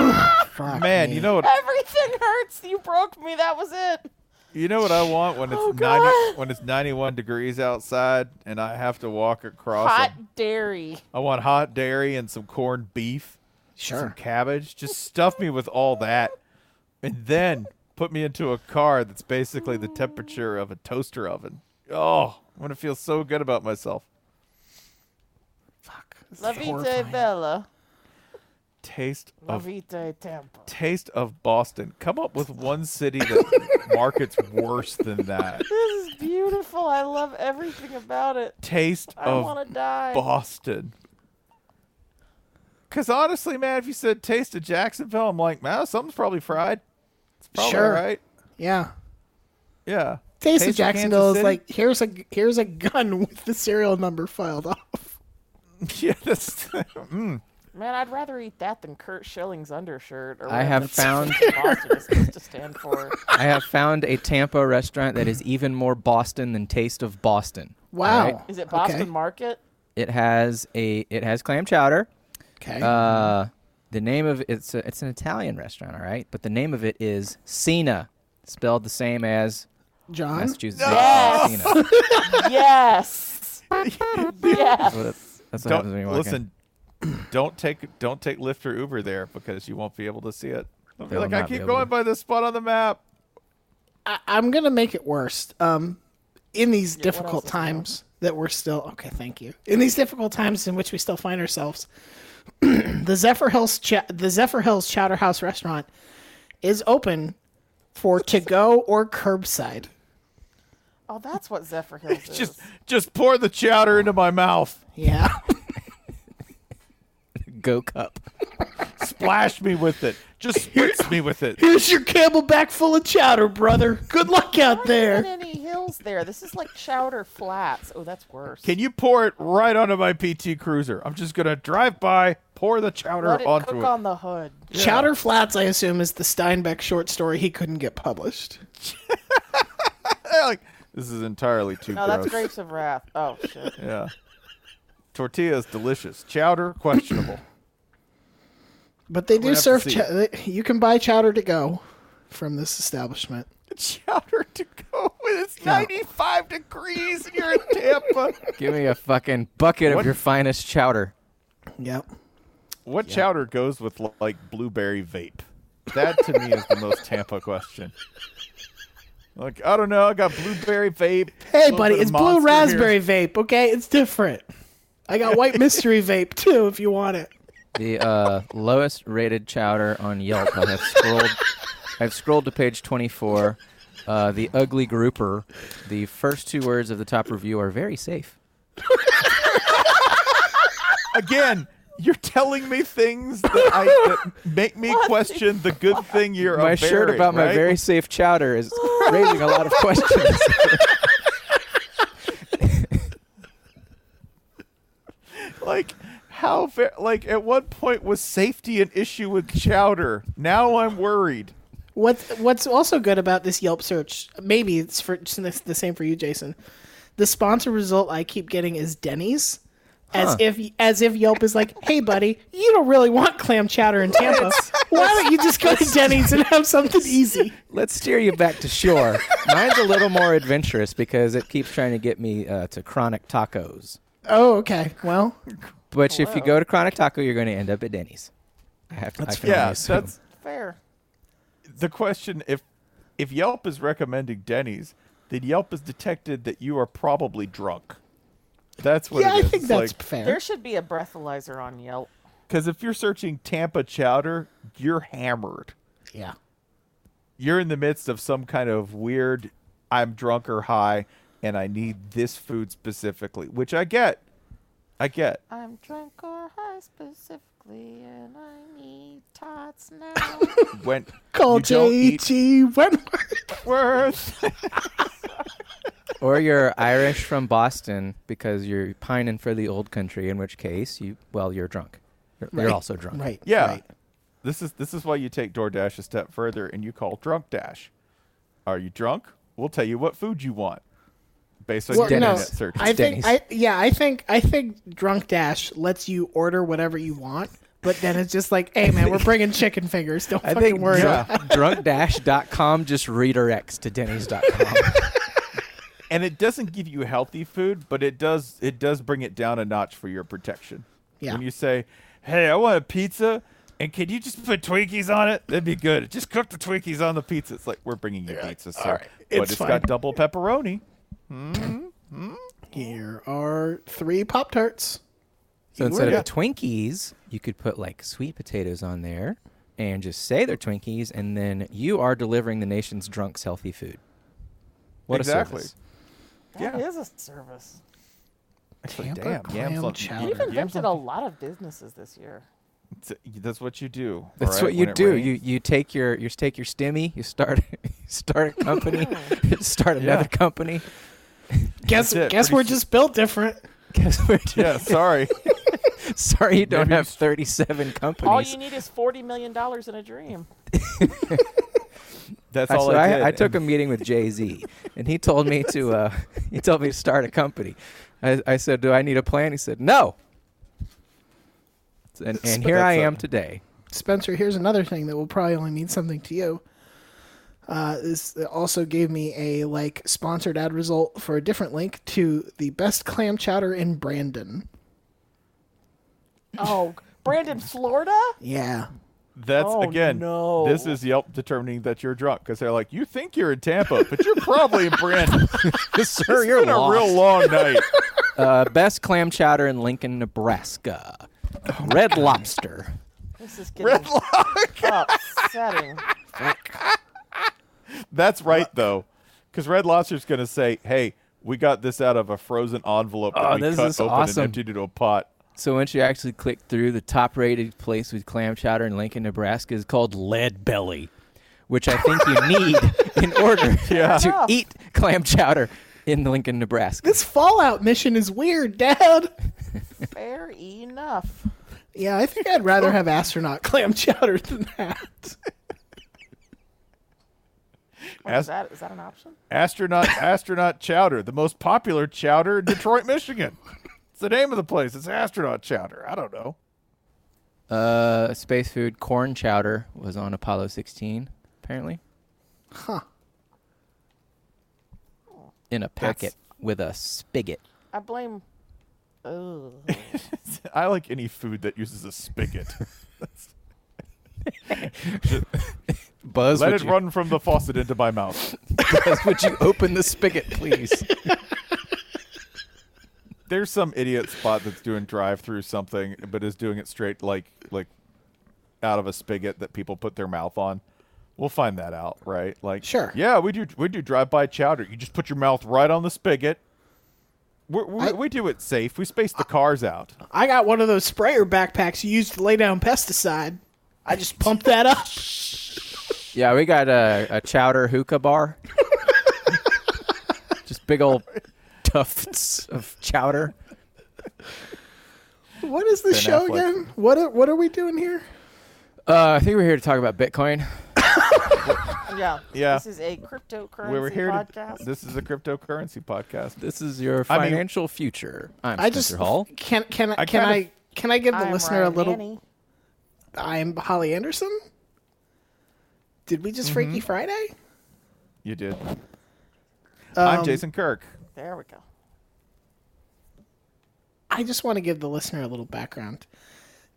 Speaker 4: I, man, you know what?
Speaker 3: Everything hurts. You broke me. That was it.
Speaker 4: You know what I want when it's
Speaker 3: Oh, God.
Speaker 4: 90 when it's 91 degrees outside and I have to walk across.
Speaker 3: Hot
Speaker 4: a-
Speaker 3: dairy.
Speaker 4: I want hot dairy and some corned beef,
Speaker 1: sure,
Speaker 4: some cabbage. Just stuff me with all that, and then put me into a car that's basically the temperature of a toaster oven. Oh, I'm gonna feel so good about myself.
Speaker 3: La vita è bella.
Speaker 4: Taste
Speaker 3: La
Speaker 4: of
Speaker 3: vita è tempo.
Speaker 4: Taste of Boston. Come up with one city that markets worse than that.
Speaker 3: This is beautiful. I love everything about it.
Speaker 4: Taste
Speaker 3: I
Speaker 4: of
Speaker 3: wanna die.
Speaker 4: Boston. Because honestly, man, if you said taste of Jacksonville, I'm like, man, something's probably fried. It's probably
Speaker 1: Sure.
Speaker 4: right.
Speaker 1: Yeah.
Speaker 4: Yeah.
Speaker 1: Taste,
Speaker 4: Kansas
Speaker 1: of Jacksonville is
Speaker 4: City?
Speaker 1: like here's a here's a gun with the serial number filed off.
Speaker 4: yeah, that's. mm.
Speaker 3: Man, I'd rather eat that than Kurt Schilling's undershirt. Or
Speaker 5: I have
Speaker 3: whatever
Speaker 5: found-
Speaker 3: the fuck Boston is supposed to stand for.
Speaker 5: I have found a Tampa restaurant that is even more Boston than Taste of Boston.
Speaker 1: Wow.
Speaker 5: Alright?
Speaker 3: Is it Boston
Speaker 1: Okay.
Speaker 3: Market?
Speaker 5: It has a it has clam chowder.
Speaker 1: Okay.
Speaker 5: Uh, the name of it's a, it's an Italian restaurant, all right, but the name of it is Cena, spelled the same as
Speaker 1: John?
Speaker 5: Massachusetts.
Speaker 3: Yes.
Speaker 5: Cena. That's
Speaker 3: yes. yes.
Speaker 5: what, it- that's what
Speaker 4: Don't-
Speaker 5: happens when you walk in.
Speaker 4: listen, don't take don't take Lyft or Uber there because you won't be able to see it. I'll be
Speaker 5: They will
Speaker 4: like, I
Speaker 5: not be
Speaker 4: keep
Speaker 5: able
Speaker 4: going
Speaker 5: to.
Speaker 4: by this spot on the map.
Speaker 1: I, I'm gonna make it worse. Um, in these difficult
Speaker 3: else is
Speaker 1: times that we're still okay. Thank you. In these difficult times in which we still find ourselves, the Zephyr Hills Ch- the Zephyr Hills Chowder House Restaurant is open for to go or curbside.
Speaker 3: Oh, that's what Zephyr Hills is.
Speaker 4: Just just pour the chowder into my mouth.
Speaker 1: Yeah,
Speaker 5: Go cup.
Speaker 4: Splash me with it. Just spritz me with it.
Speaker 1: here's your camelback full of chowder, brother. Good luck out
Speaker 3: There
Speaker 1: there.
Speaker 3: aren't any hills there. This is like Chowder Flats. Oh, that's worse.
Speaker 4: Can you pour it right onto my PT Cruiser? I'm just gonna drive by, pour the chowder
Speaker 3: Let it cook
Speaker 4: onto it.
Speaker 3: on the hood.
Speaker 1: Chowder Flats, I assume, is the Steinbeck short story he couldn't get published.
Speaker 4: Eh, Like, this is entirely too
Speaker 3: No,
Speaker 4: gross.
Speaker 3: that's Grapes of Wrath. Oh shit.
Speaker 4: Yeah. Tortilla is delicious. Chowder, questionable.
Speaker 1: But they
Speaker 4: gonna
Speaker 1: do
Speaker 4: have to see
Speaker 1: serve. Ch- you can buy chowder to go from this establishment.
Speaker 4: chowder to go with it's 95 degrees and you're in Tampa.
Speaker 5: Give me a fucking bucket
Speaker 4: What-
Speaker 5: of your finest chowder.
Speaker 1: Yep.
Speaker 4: what chowder goes with l- like blueberry vape? That to me is the most Tampa question. Like, I don't know, I got blueberry vape.
Speaker 1: Hey,
Speaker 4: little
Speaker 1: buddy,
Speaker 4: bit of
Speaker 1: it's blue
Speaker 4: Monster here.
Speaker 1: raspberry vape, okay? It's different. I got white mystery vape too if you want it.
Speaker 5: The uh, lowest rated chowder on Yelp. I have scrolled. I've scrolled to page 24. Uh, the ugly grouper. The first two words of the top review are very safe.
Speaker 4: Again, you're telling me things that, I, that make me question the good thing you're
Speaker 5: my
Speaker 4: a
Speaker 5: shirt
Speaker 4: berry,
Speaker 5: about my
Speaker 4: right?
Speaker 5: very safe chowder is raising a lot of questions.
Speaker 4: like how fa- like at one point was safety an issue with chowder now i'm worried
Speaker 1: What's what's also good about this Yelp search, maybe it's for it's the same for you, Jason. The sponsor result I keep getting is Denny's. As if as if Yelp is like, hey buddy, you don't really want clam chowder in Tampa. Why don't you just go to Denny's and have something easy?
Speaker 5: Let's steer you back to shore. Mine's a little more adventurous because it keeps trying to get me uh, to Chronic Tacos.
Speaker 1: Oh, okay. Well,
Speaker 5: Which, if you go to Chronic Taco, you're going to end up at Denny's. I have, I can only
Speaker 4: yeah
Speaker 5: assume.
Speaker 4: that's
Speaker 3: Fair.
Speaker 4: the question if if Yelp is recommending Denny's, then Yelp has detected that you are probably drunk. That's what
Speaker 1: Yeah,
Speaker 4: it
Speaker 1: I
Speaker 4: is.
Speaker 1: think
Speaker 4: It's
Speaker 1: that's
Speaker 4: like,
Speaker 3: There should be a breathalyzer on Yelp.
Speaker 4: Because if you're searching Tampa chowder, you're hammered.
Speaker 1: Yeah.
Speaker 4: You're in the midst of some kind of weird, I'm drunk or high, and I need this food specifically, which I get. I get.
Speaker 3: I'm drunk or high specifically, and I need tots now.
Speaker 4: When
Speaker 1: Call E
Speaker 4: you don't eat
Speaker 1: J.E.T. Wentworth.
Speaker 4: Worth.
Speaker 5: or you're Irish from Boston because you're pining for the old country, in which case you well you're drunk. You're, you're
Speaker 4: Right.
Speaker 5: also drunk.
Speaker 4: Yeah. This is this is why you take DoorDash a step further and you call Drunk Dash. Are you drunk? We'll tell you what food you want based on
Speaker 1: Well,
Speaker 4: your
Speaker 1: no,
Speaker 4: internet search.
Speaker 1: I think I, yeah, I think I think Drunk Dash lets you order whatever you want, but then it's just like, hey man, we're bringing chicken fingers. Don't
Speaker 5: I
Speaker 1: fucking
Speaker 5: think
Speaker 1: worry. about
Speaker 5: drunk, drunkdash.com just redirects to denny's.com.
Speaker 4: and it doesn't give you healthy food, but it does it does bring it down a notch for your protection.
Speaker 1: Yeah.
Speaker 4: When you say, "Hey, I want a pizza, and can you just put Twinkies on it? That'd be good. Just cook the Twinkies on the pizza." It's like we're bringing you pizza, sir,
Speaker 1: right.
Speaker 4: but
Speaker 1: It's
Speaker 4: it's
Speaker 1: fine."
Speaker 4: got double pepperoni.
Speaker 1: it. Here are three Pop Tarts.
Speaker 5: So instead of the Twinkies, you could put like sweet potatoes on there and just say they're Twinkies, and then you are delivering the nation's drunks healthy food. What
Speaker 4: Exactly.
Speaker 5: a service.
Speaker 3: That is a service.
Speaker 4: Actually,
Speaker 1: Tampa
Speaker 4: damn, yams
Speaker 1: clam
Speaker 4: on
Speaker 1: chowder.
Speaker 3: You've
Speaker 4: Yams
Speaker 3: invented
Speaker 4: on,
Speaker 3: a lot of businesses this year.
Speaker 4: It's- that's what you do. all
Speaker 5: That's
Speaker 4: right,
Speaker 5: what you
Speaker 4: when it
Speaker 5: do.
Speaker 4: rains.
Speaker 5: You you take your you take your stimmy. You start you start a company. start
Speaker 4: Yeah.
Speaker 5: another company.
Speaker 1: Guess
Speaker 4: That's it,
Speaker 1: guess
Speaker 4: pretty
Speaker 1: we're
Speaker 4: s-
Speaker 1: just built different.
Speaker 5: Guess we're just,
Speaker 4: Yeah, sorry.
Speaker 5: sorry you don't
Speaker 4: Maybe you
Speaker 5: have thirty seven companies.
Speaker 3: All you need is $40 million in a dream.
Speaker 4: That's all
Speaker 5: Actually,
Speaker 4: I,
Speaker 5: I,
Speaker 4: did.
Speaker 5: I took a
Speaker 4: and
Speaker 5: meeting with Jay Z, and he told me to uh, he told me to start a company. I, I said, "Do I need a plan?" He said, "No." And, and here I
Speaker 4: That's a-
Speaker 5: am today.
Speaker 1: Spencer, here's another thing that will probably only mean something to you. Uh, this also gave me a like sponsored ad result for a different link to the best clam chowder in Brandon.
Speaker 3: Oh, Brandon, Florida?
Speaker 1: Yeah,
Speaker 4: That's
Speaker 3: Oh,
Speaker 4: again.
Speaker 3: no.
Speaker 4: This is Yelp determining that you're drunk because they're like, you think you're in Tampa, but you're probably in Brandon.
Speaker 5: Sir,
Speaker 4: it's been a real long night.
Speaker 5: uh, best clam chowder in Lincoln, Nebraska.
Speaker 4: Oh
Speaker 5: Red Lobster.
Speaker 3: This is getting upsetting.
Speaker 4: That's right though, because Red Lobster's going to say, "Hey, we got this out of a frozen envelope that
Speaker 5: Oh,
Speaker 4: we
Speaker 5: this
Speaker 4: cut
Speaker 5: is
Speaker 4: open
Speaker 5: awesome.
Speaker 4: and emptied into a pot."
Speaker 5: So once you actually click through, the top-rated place with clam chowder in Lincoln, Nebraska is called Lead Belly, which I think you need in order to eat clam chowder in Lincoln, Nebraska.
Speaker 1: this Fallout mission is weird, Dad.
Speaker 3: Fair enough.
Speaker 1: Yeah, I think I'd rather have astronaut clam chowder than that.
Speaker 3: What
Speaker 4: As-
Speaker 3: is that? Is that an option?
Speaker 4: Astronaut Astronaut Chowder, the most popular chowder in Detroit, Michigan. It's the name of the place. It's Astronaut Chowder. I don't know.
Speaker 5: Uh, space food corn chowder was on Apollo 16, apparently.
Speaker 1: Huh.
Speaker 5: In a
Speaker 4: That's-
Speaker 5: packet with a spigot.
Speaker 3: I blame. Ugh.
Speaker 4: I like any food that uses a spigot. Just
Speaker 5: Buzz,
Speaker 4: let
Speaker 5: would
Speaker 4: it
Speaker 5: you,
Speaker 4: run from the faucet into my mouth.
Speaker 5: Buzz, would you open the spigot, please?
Speaker 4: There's some idiot spot that's doing drive-through something, but is doing it straight like like out of a spigot that people put their mouth on. We'll find that out, right? Like,
Speaker 1: Sure.
Speaker 4: yeah, we do we do drive-by chowder. You just put your mouth right on the spigot. We're, we
Speaker 1: I-
Speaker 4: we do it safe. We space the cars out.
Speaker 1: I got one of those sprayer backpacks you used to lay down pesticide. I just pumped that up.
Speaker 5: yeah, we got a, a chowder hookah bar. Just big old tufts of chowder.
Speaker 1: What is the
Speaker 4: Ben
Speaker 1: show
Speaker 4: Affleck.
Speaker 1: again? What are, what are we doing here?
Speaker 5: Uh, I think we're here to talk about Bitcoin.
Speaker 3: Yeah.
Speaker 4: Yeah.
Speaker 3: This is a cryptocurrency
Speaker 4: we were here. To,
Speaker 3: podcast.
Speaker 4: this is a cryptocurrency podcast.
Speaker 5: This is your
Speaker 4: I mean-
Speaker 5: financial future. I'm
Speaker 1: I
Speaker 5: Spencer
Speaker 1: just
Speaker 5: Hall.
Speaker 1: can can I
Speaker 4: I
Speaker 1: can
Speaker 4: kind
Speaker 1: I can I give the
Speaker 3: I'm
Speaker 1: listener
Speaker 3: Ryan
Speaker 1: a little?
Speaker 3: Annie.
Speaker 1: I'm Holly Anderson. Did we
Speaker 4: Mm-hmm.
Speaker 1: just Freaky Friday?
Speaker 4: You did. I'm
Speaker 1: Um,
Speaker 4: Jason Kirk.
Speaker 3: There we go.
Speaker 1: I just want to give the listener a little background.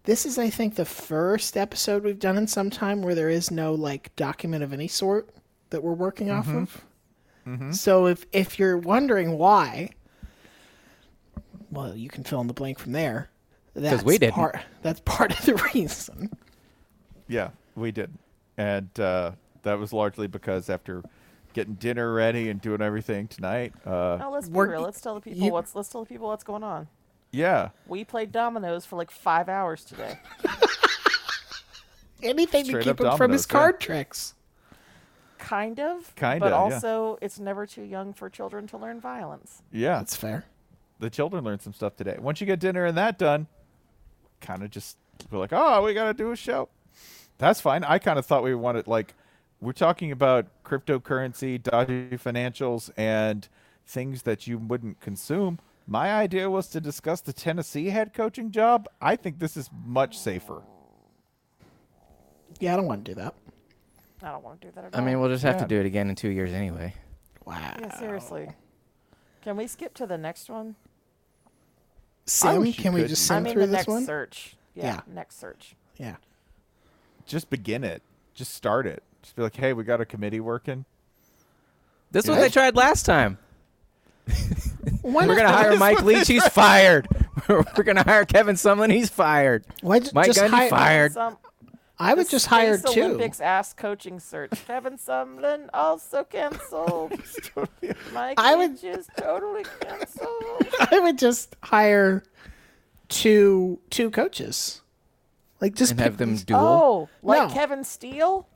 Speaker 1: This is, I think, the first episode we've done in some time where there is no like document of any sort that we're working off
Speaker 4: Mm-hmm.
Speaker 11: Mhm.
Speaker 1: of. So if if you're wondering why, well, you can fill in the blank from there.
Speaker 4: 'Cause
Speaker 1: That's
Speaker 4: we didn't.
Speaker 1: part. That's part of the reason.
Speaker 4: Yeah, we did, and uh, that was largely because after getting dinner ready and doing everything tonight. Uh,
Speaker 3: No, let's be
Speaker 4: we're-
Speaker 3: real. Let's tell the people
Speaker 4: you-
Speaker 3: what's. Let's tell the people what's going on.
Speaker 4: Yeah,
Speaker 3: We played dominoes for like five hours today.
Speaker 1: Anything
Speaker 4: Straight
Speaker 1: to keep
Speaker 4: up
Speaker 1: him from
Speaker 4: dominoes,
Speaker 1: his
Speaker 4: yeah.
Speaker 1: card tricks.
Speaker 3: Kind of.
Speaker 4: Kinda,
Speaker 3: But
Speaker 4: yeah.
Speaker 3: also, it's never too young for children to learn violence.
Speaker 4: yeah,
Speaker 1: that's fair.
Speaker 4: The children learned some stuff today. Once you get dinner and that done, kind of just we're like, oh, we gotta do a show. That's fine. I kind of thought we wanted like we're talking about cryptocurrency, dodgy financials, and things that you wouldn't consume. My idea was to discuss the Tennessee head coaching job. I think this is much safer.
Speaker 1: Yeah, I don't want to do that.
Speaker 3: I don't want to do that. At
Speaker 5: I
Speaker 3: all.
Speaker 5: mean, we'll just have
Speaker 4: Yeah.
Speaker 5: to do it again in two years anyway.
Speaker 1: Wow.
Speaker 3: Yeah, seriously. Can we skip to the next one?
Speaker 4: I
Speaker 1: Sim,
Speaker 4: wish Oh, you
Speaker 1: can we
Speaker 4: could
Speaker 1: just
Speaker 4: do
Speaker 1: sim
Speaker 3: I mean,
Speaker 1: through
Speaker 3: the
Speaker 1: this
Speaker 3: next
Speaker 1: one?
Speaker 3: search.
Speaker 1: Yeah.
Speaker 3: yeah. Next search.
Speaker 1: Yeah.
Speaker 4: Just begin it. Just start it. Just be like, hey, we got a committee working.
Speaker 5: This is
Speaker 4: Yeah.
Speaker 5: what they tried last time.
Speaker 1: Why
Speaker 5: We're
Speaker 1: not?
Speaker 5: gonna hire
Speaker 1: That's
Speaker 5: Mike
Speaker 1: what
Speaker 5: Leach.
Speaker 1: they
Speaker 5: He's
Speaker 1: tried.
Speaker 5: fired. We're gonna hire Kevin Sumlin. He's fired.
Speaker 1: Why just,
Speaker 5: Mike
Speaker 1: just
Speaker 5: Gundy
Speaker 1: hire-
Speaker 5: fired.
Speaker 3: Some
Speaker 1: I would just hire
Speaker 3: Space
Speaker 1: two.
Speaker 3: Olympics ass coaching search. Kevin Sumlin also canceled. Mike
Speaker 1: I
Speaker 3: I
Speaker 1: would-
Speaker 3: would just totally canceled.
Speaker 1: I would just hire two two coaches. Like just
Speaker 5: And have
Speaker 1: pick
Speaker 5: them
Speaker 1: these-
Speaker 5: duel?
Speaker 3: Oh, like
Speaker 1: No.
Speaker 3: Kevin Steele?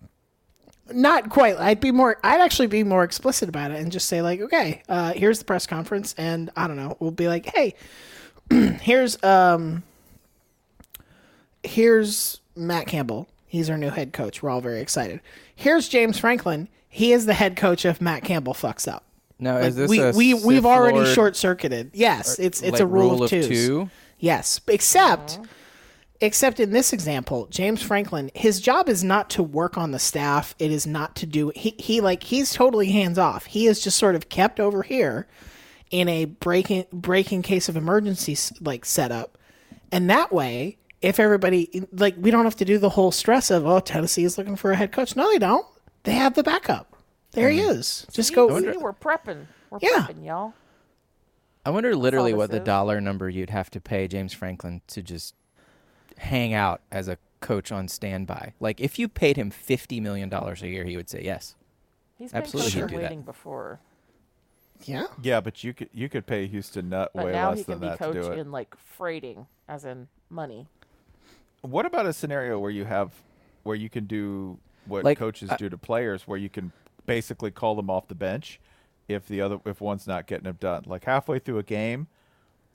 Speaker 1: not quite. I'd be more. I'd actually be more explicit about it and just say like, okay, uh, here's the press conference, and I don't know. We'll be like, hey, here's um, here's Matt Campbell. He's our new head coach. We're all very excited. Here's James Franklin. He is the head coach if Matt Campbell fucks up.
Speaker 5: Now,
Speaker 1: Like,
Speaker 5: Uh, is this
Speaker 1: we
Speaker 5: a
Speaker 1: we
Speaker 5: Sith
Speaker 1: we've already
Speaker 5: Lord-
Speaker 1: short circuited? Yes,
Speaker 5: or,
Speaker 1: it's it's
Speaker 5: like,
Speaker 1: a rule,
Speaker 5: rule
Speaker 1: of
Speaker 5: of
Speaker 1: twos.
Speaker 5: two?
Speaker 1: Yes, except except in this example, James Franklin, his job is not to work on the staff. It is not to do he he like he's totally hands off. He is just sort of kept over here in a breaking breaking case of emergency s- like setup. And that way, if everybody like we don't have to do the whole stress of oh Tennessee is looking for a head coach. No, they don't. They have the backup. There he
Speaker 5: Mm-hmm.
Speaker 1: is. Just
Speaker 3: See,
Speaker 1: go.
Speaker 3: See, we're prepping. We're
Speaker 1: Yeah.
Speaker 3: prepping, y'all.
Speaker 5: I wonder literally
Speaker 3: this
Speaker 5: what the
Speaker 3: is.
Speaker 5: dollar number you'd have to pay James Franklin to just hang out as a coach on standby. Like if you paid him fifty million dollars a year, he would say yes.
Speaker 3: He's been
Speaker 5: Absolutely,
Speaker 3: coaching
Speaker 5: he'd do that.
Speaker 3: waiting before.
Speaker 1: Yeah.
Speaker 4: Yeah, but you could you could pay Houston nut
Speaker 3: But
Speaker 4: way
Speaker 3: now
Speaker 4: less
Speaker 3: he can
Speaker 4: than
Speaker 3: be
Speaker 4: that to
Speaker 3: coach
Speaker 4: do it.
Speaker 3: in like freighting, as in money.
Speaker 4: What about a scenario where you have where you can do what
Speaker 5: Like,
Speaker 4: coaches
Speaker 5: I-
Speaker 4: do to players, where you can basically call them off the bench if the other if one's not getting it done, like halfway through a game,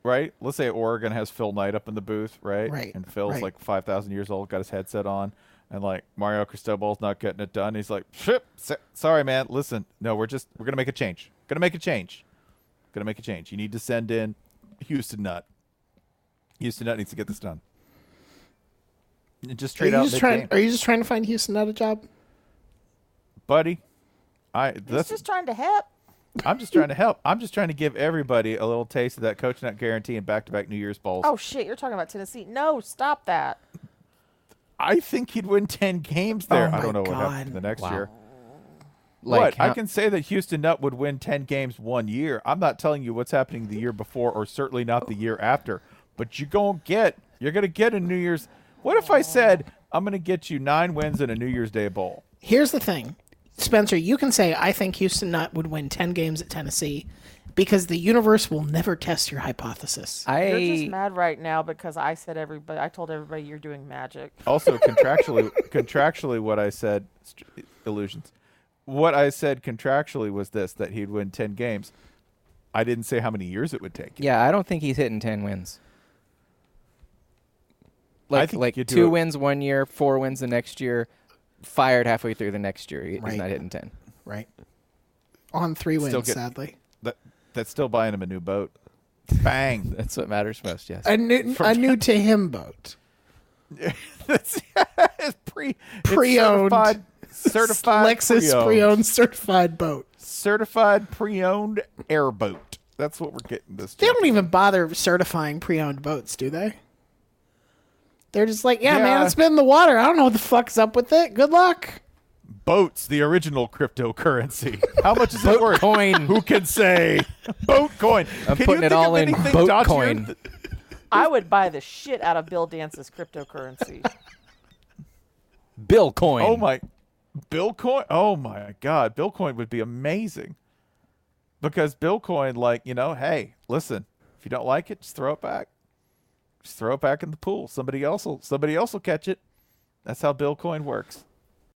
Speaker 4: right? Let's say Oregon has Phil Knight up in the booth, right?
Speaker 1: Right,
Speaker 4: And Phil's
Speaker 1: right.
Speaker 4: like five thousand years old, got his headset on, and like Mario Cristobal's not getting it done. He's like, "Shit, s- sorry, man. Listen, no, we're just we're gonna make a change. Gonna make a change. Gonna make a change. You need to send in Houston Nut. Houston Nut needs to get this done. And Just
Speaker 1: Are you
Speaker 4: straight out
Speaker 1: just
Speaker 4: mid-game.
Speaker 1: trying? Are you just trying to find Houston not a job?
Speaker 4: buddy. I
Speaker 3: He's
Speaker 4: that's
Speaker 3: just trying to help.
Speaker 4: I'm just trying to help. I'm just trying to give everybody a little taste of that coach nut guarantee and back to back New Year's balls.
Speaker 3: Oh shit, you're talking about Tennessee. No, stop that.
Speaker 4: I think he'd win ten games there.
Speaker 1: Oh
Speaker 4: I don't
Speaker 1: my
Speaker 4: know what happened
Speaker 1: God.
Speaker 4: the next
Speaker 1: Wow.
Speaker 4: year.
Speaker 5: Like,
Speaker 4: what? I
Speaker 5: how-
Speaker 4: can say that Houston Nut would win ten games one year. I'm not telling you what's happening the year before or certainly not the year after. But you're gonna get you're gonna get a New Year's what if I said I'm gonna get you nine wins in a New Year's Day bowl?
Speaker 1: Here's the thing, Spencer. You can say I think Houston Nutt would win ten games at Tennessee, because the universe will never test your hypothesis.
Speaker 3: You're just mad right now because I said everybody. I told everybody you're doing magic.
Speaker 4: also contractually contractually what i said st- illusions what i said contractually was this that he'd win 10 games i didn't say how many years it would take
Speaker 5: Yeah, I don't think he's hitting ten wins. Like
Speaker 4: think
Speaker 5: like
Speaker 4: you do
Speaker 5: two
Speaker 4: it-
Speaker 5: wins one year, four wins the next year, fired halfway through the next year. He- He's
Speaker 1: Right.
Speaker 5: not hitting ten.
Speaker 1: Right. On three wins,
Speaker 4: Still get-
Speaker 1: sadly.
Speaker 4: that, that's still buying him a new boat bang
Speaker 5: that's what matters most yes
Speaker 1: A new, a new to him boat.
Speaker 4: pre
Speaker 1: Pre-owned.
Speaker 4: certified, certified
Speaker 1: Lexus
Speaker 4: pre-owned,
Speaker 1: pre-owned certified boat.
Speaker 4: certified pre-owned airboat that's what we're getting this
Speaker 1: They
Speaker 4: to.
Speaker 1: don't even bother certifying pre-owned boats, do they? They're just like, yeah, man,
Speaker 4: Yeah.
Speaker 1: it's been in the water. I don't know what the fuck's up with it. Good luck.
Speaker 4: Boats, the original cryptocurrency. How much is it worth?
Speaker 5: Coin.
Speaker 4: Who can say? Boat coin.
Speaker 5: I'm
Speaker 4: Can you
Speaker 5: putting it
Speaker 4: think of
Speaker 5: all in
Speaker 4: anything
Speaker 5: boat
Speaker 4: dodgier
Speaker 5: coin.
Speaker 4: th-
Speaker 3: I would buy the shit out of Bill Dance's cryptocurrency.
Speaker 5: Bill coin.
Speaker 4: Oh my, Bill coin. Oh my God, Bill coin would be amazing. Because Bill coin, like you know, hey, listen, if you don't like it, just throw it back. Just throw it back in the pool. Somebody else will. Somebody else will catch it. That's how Bill coin works.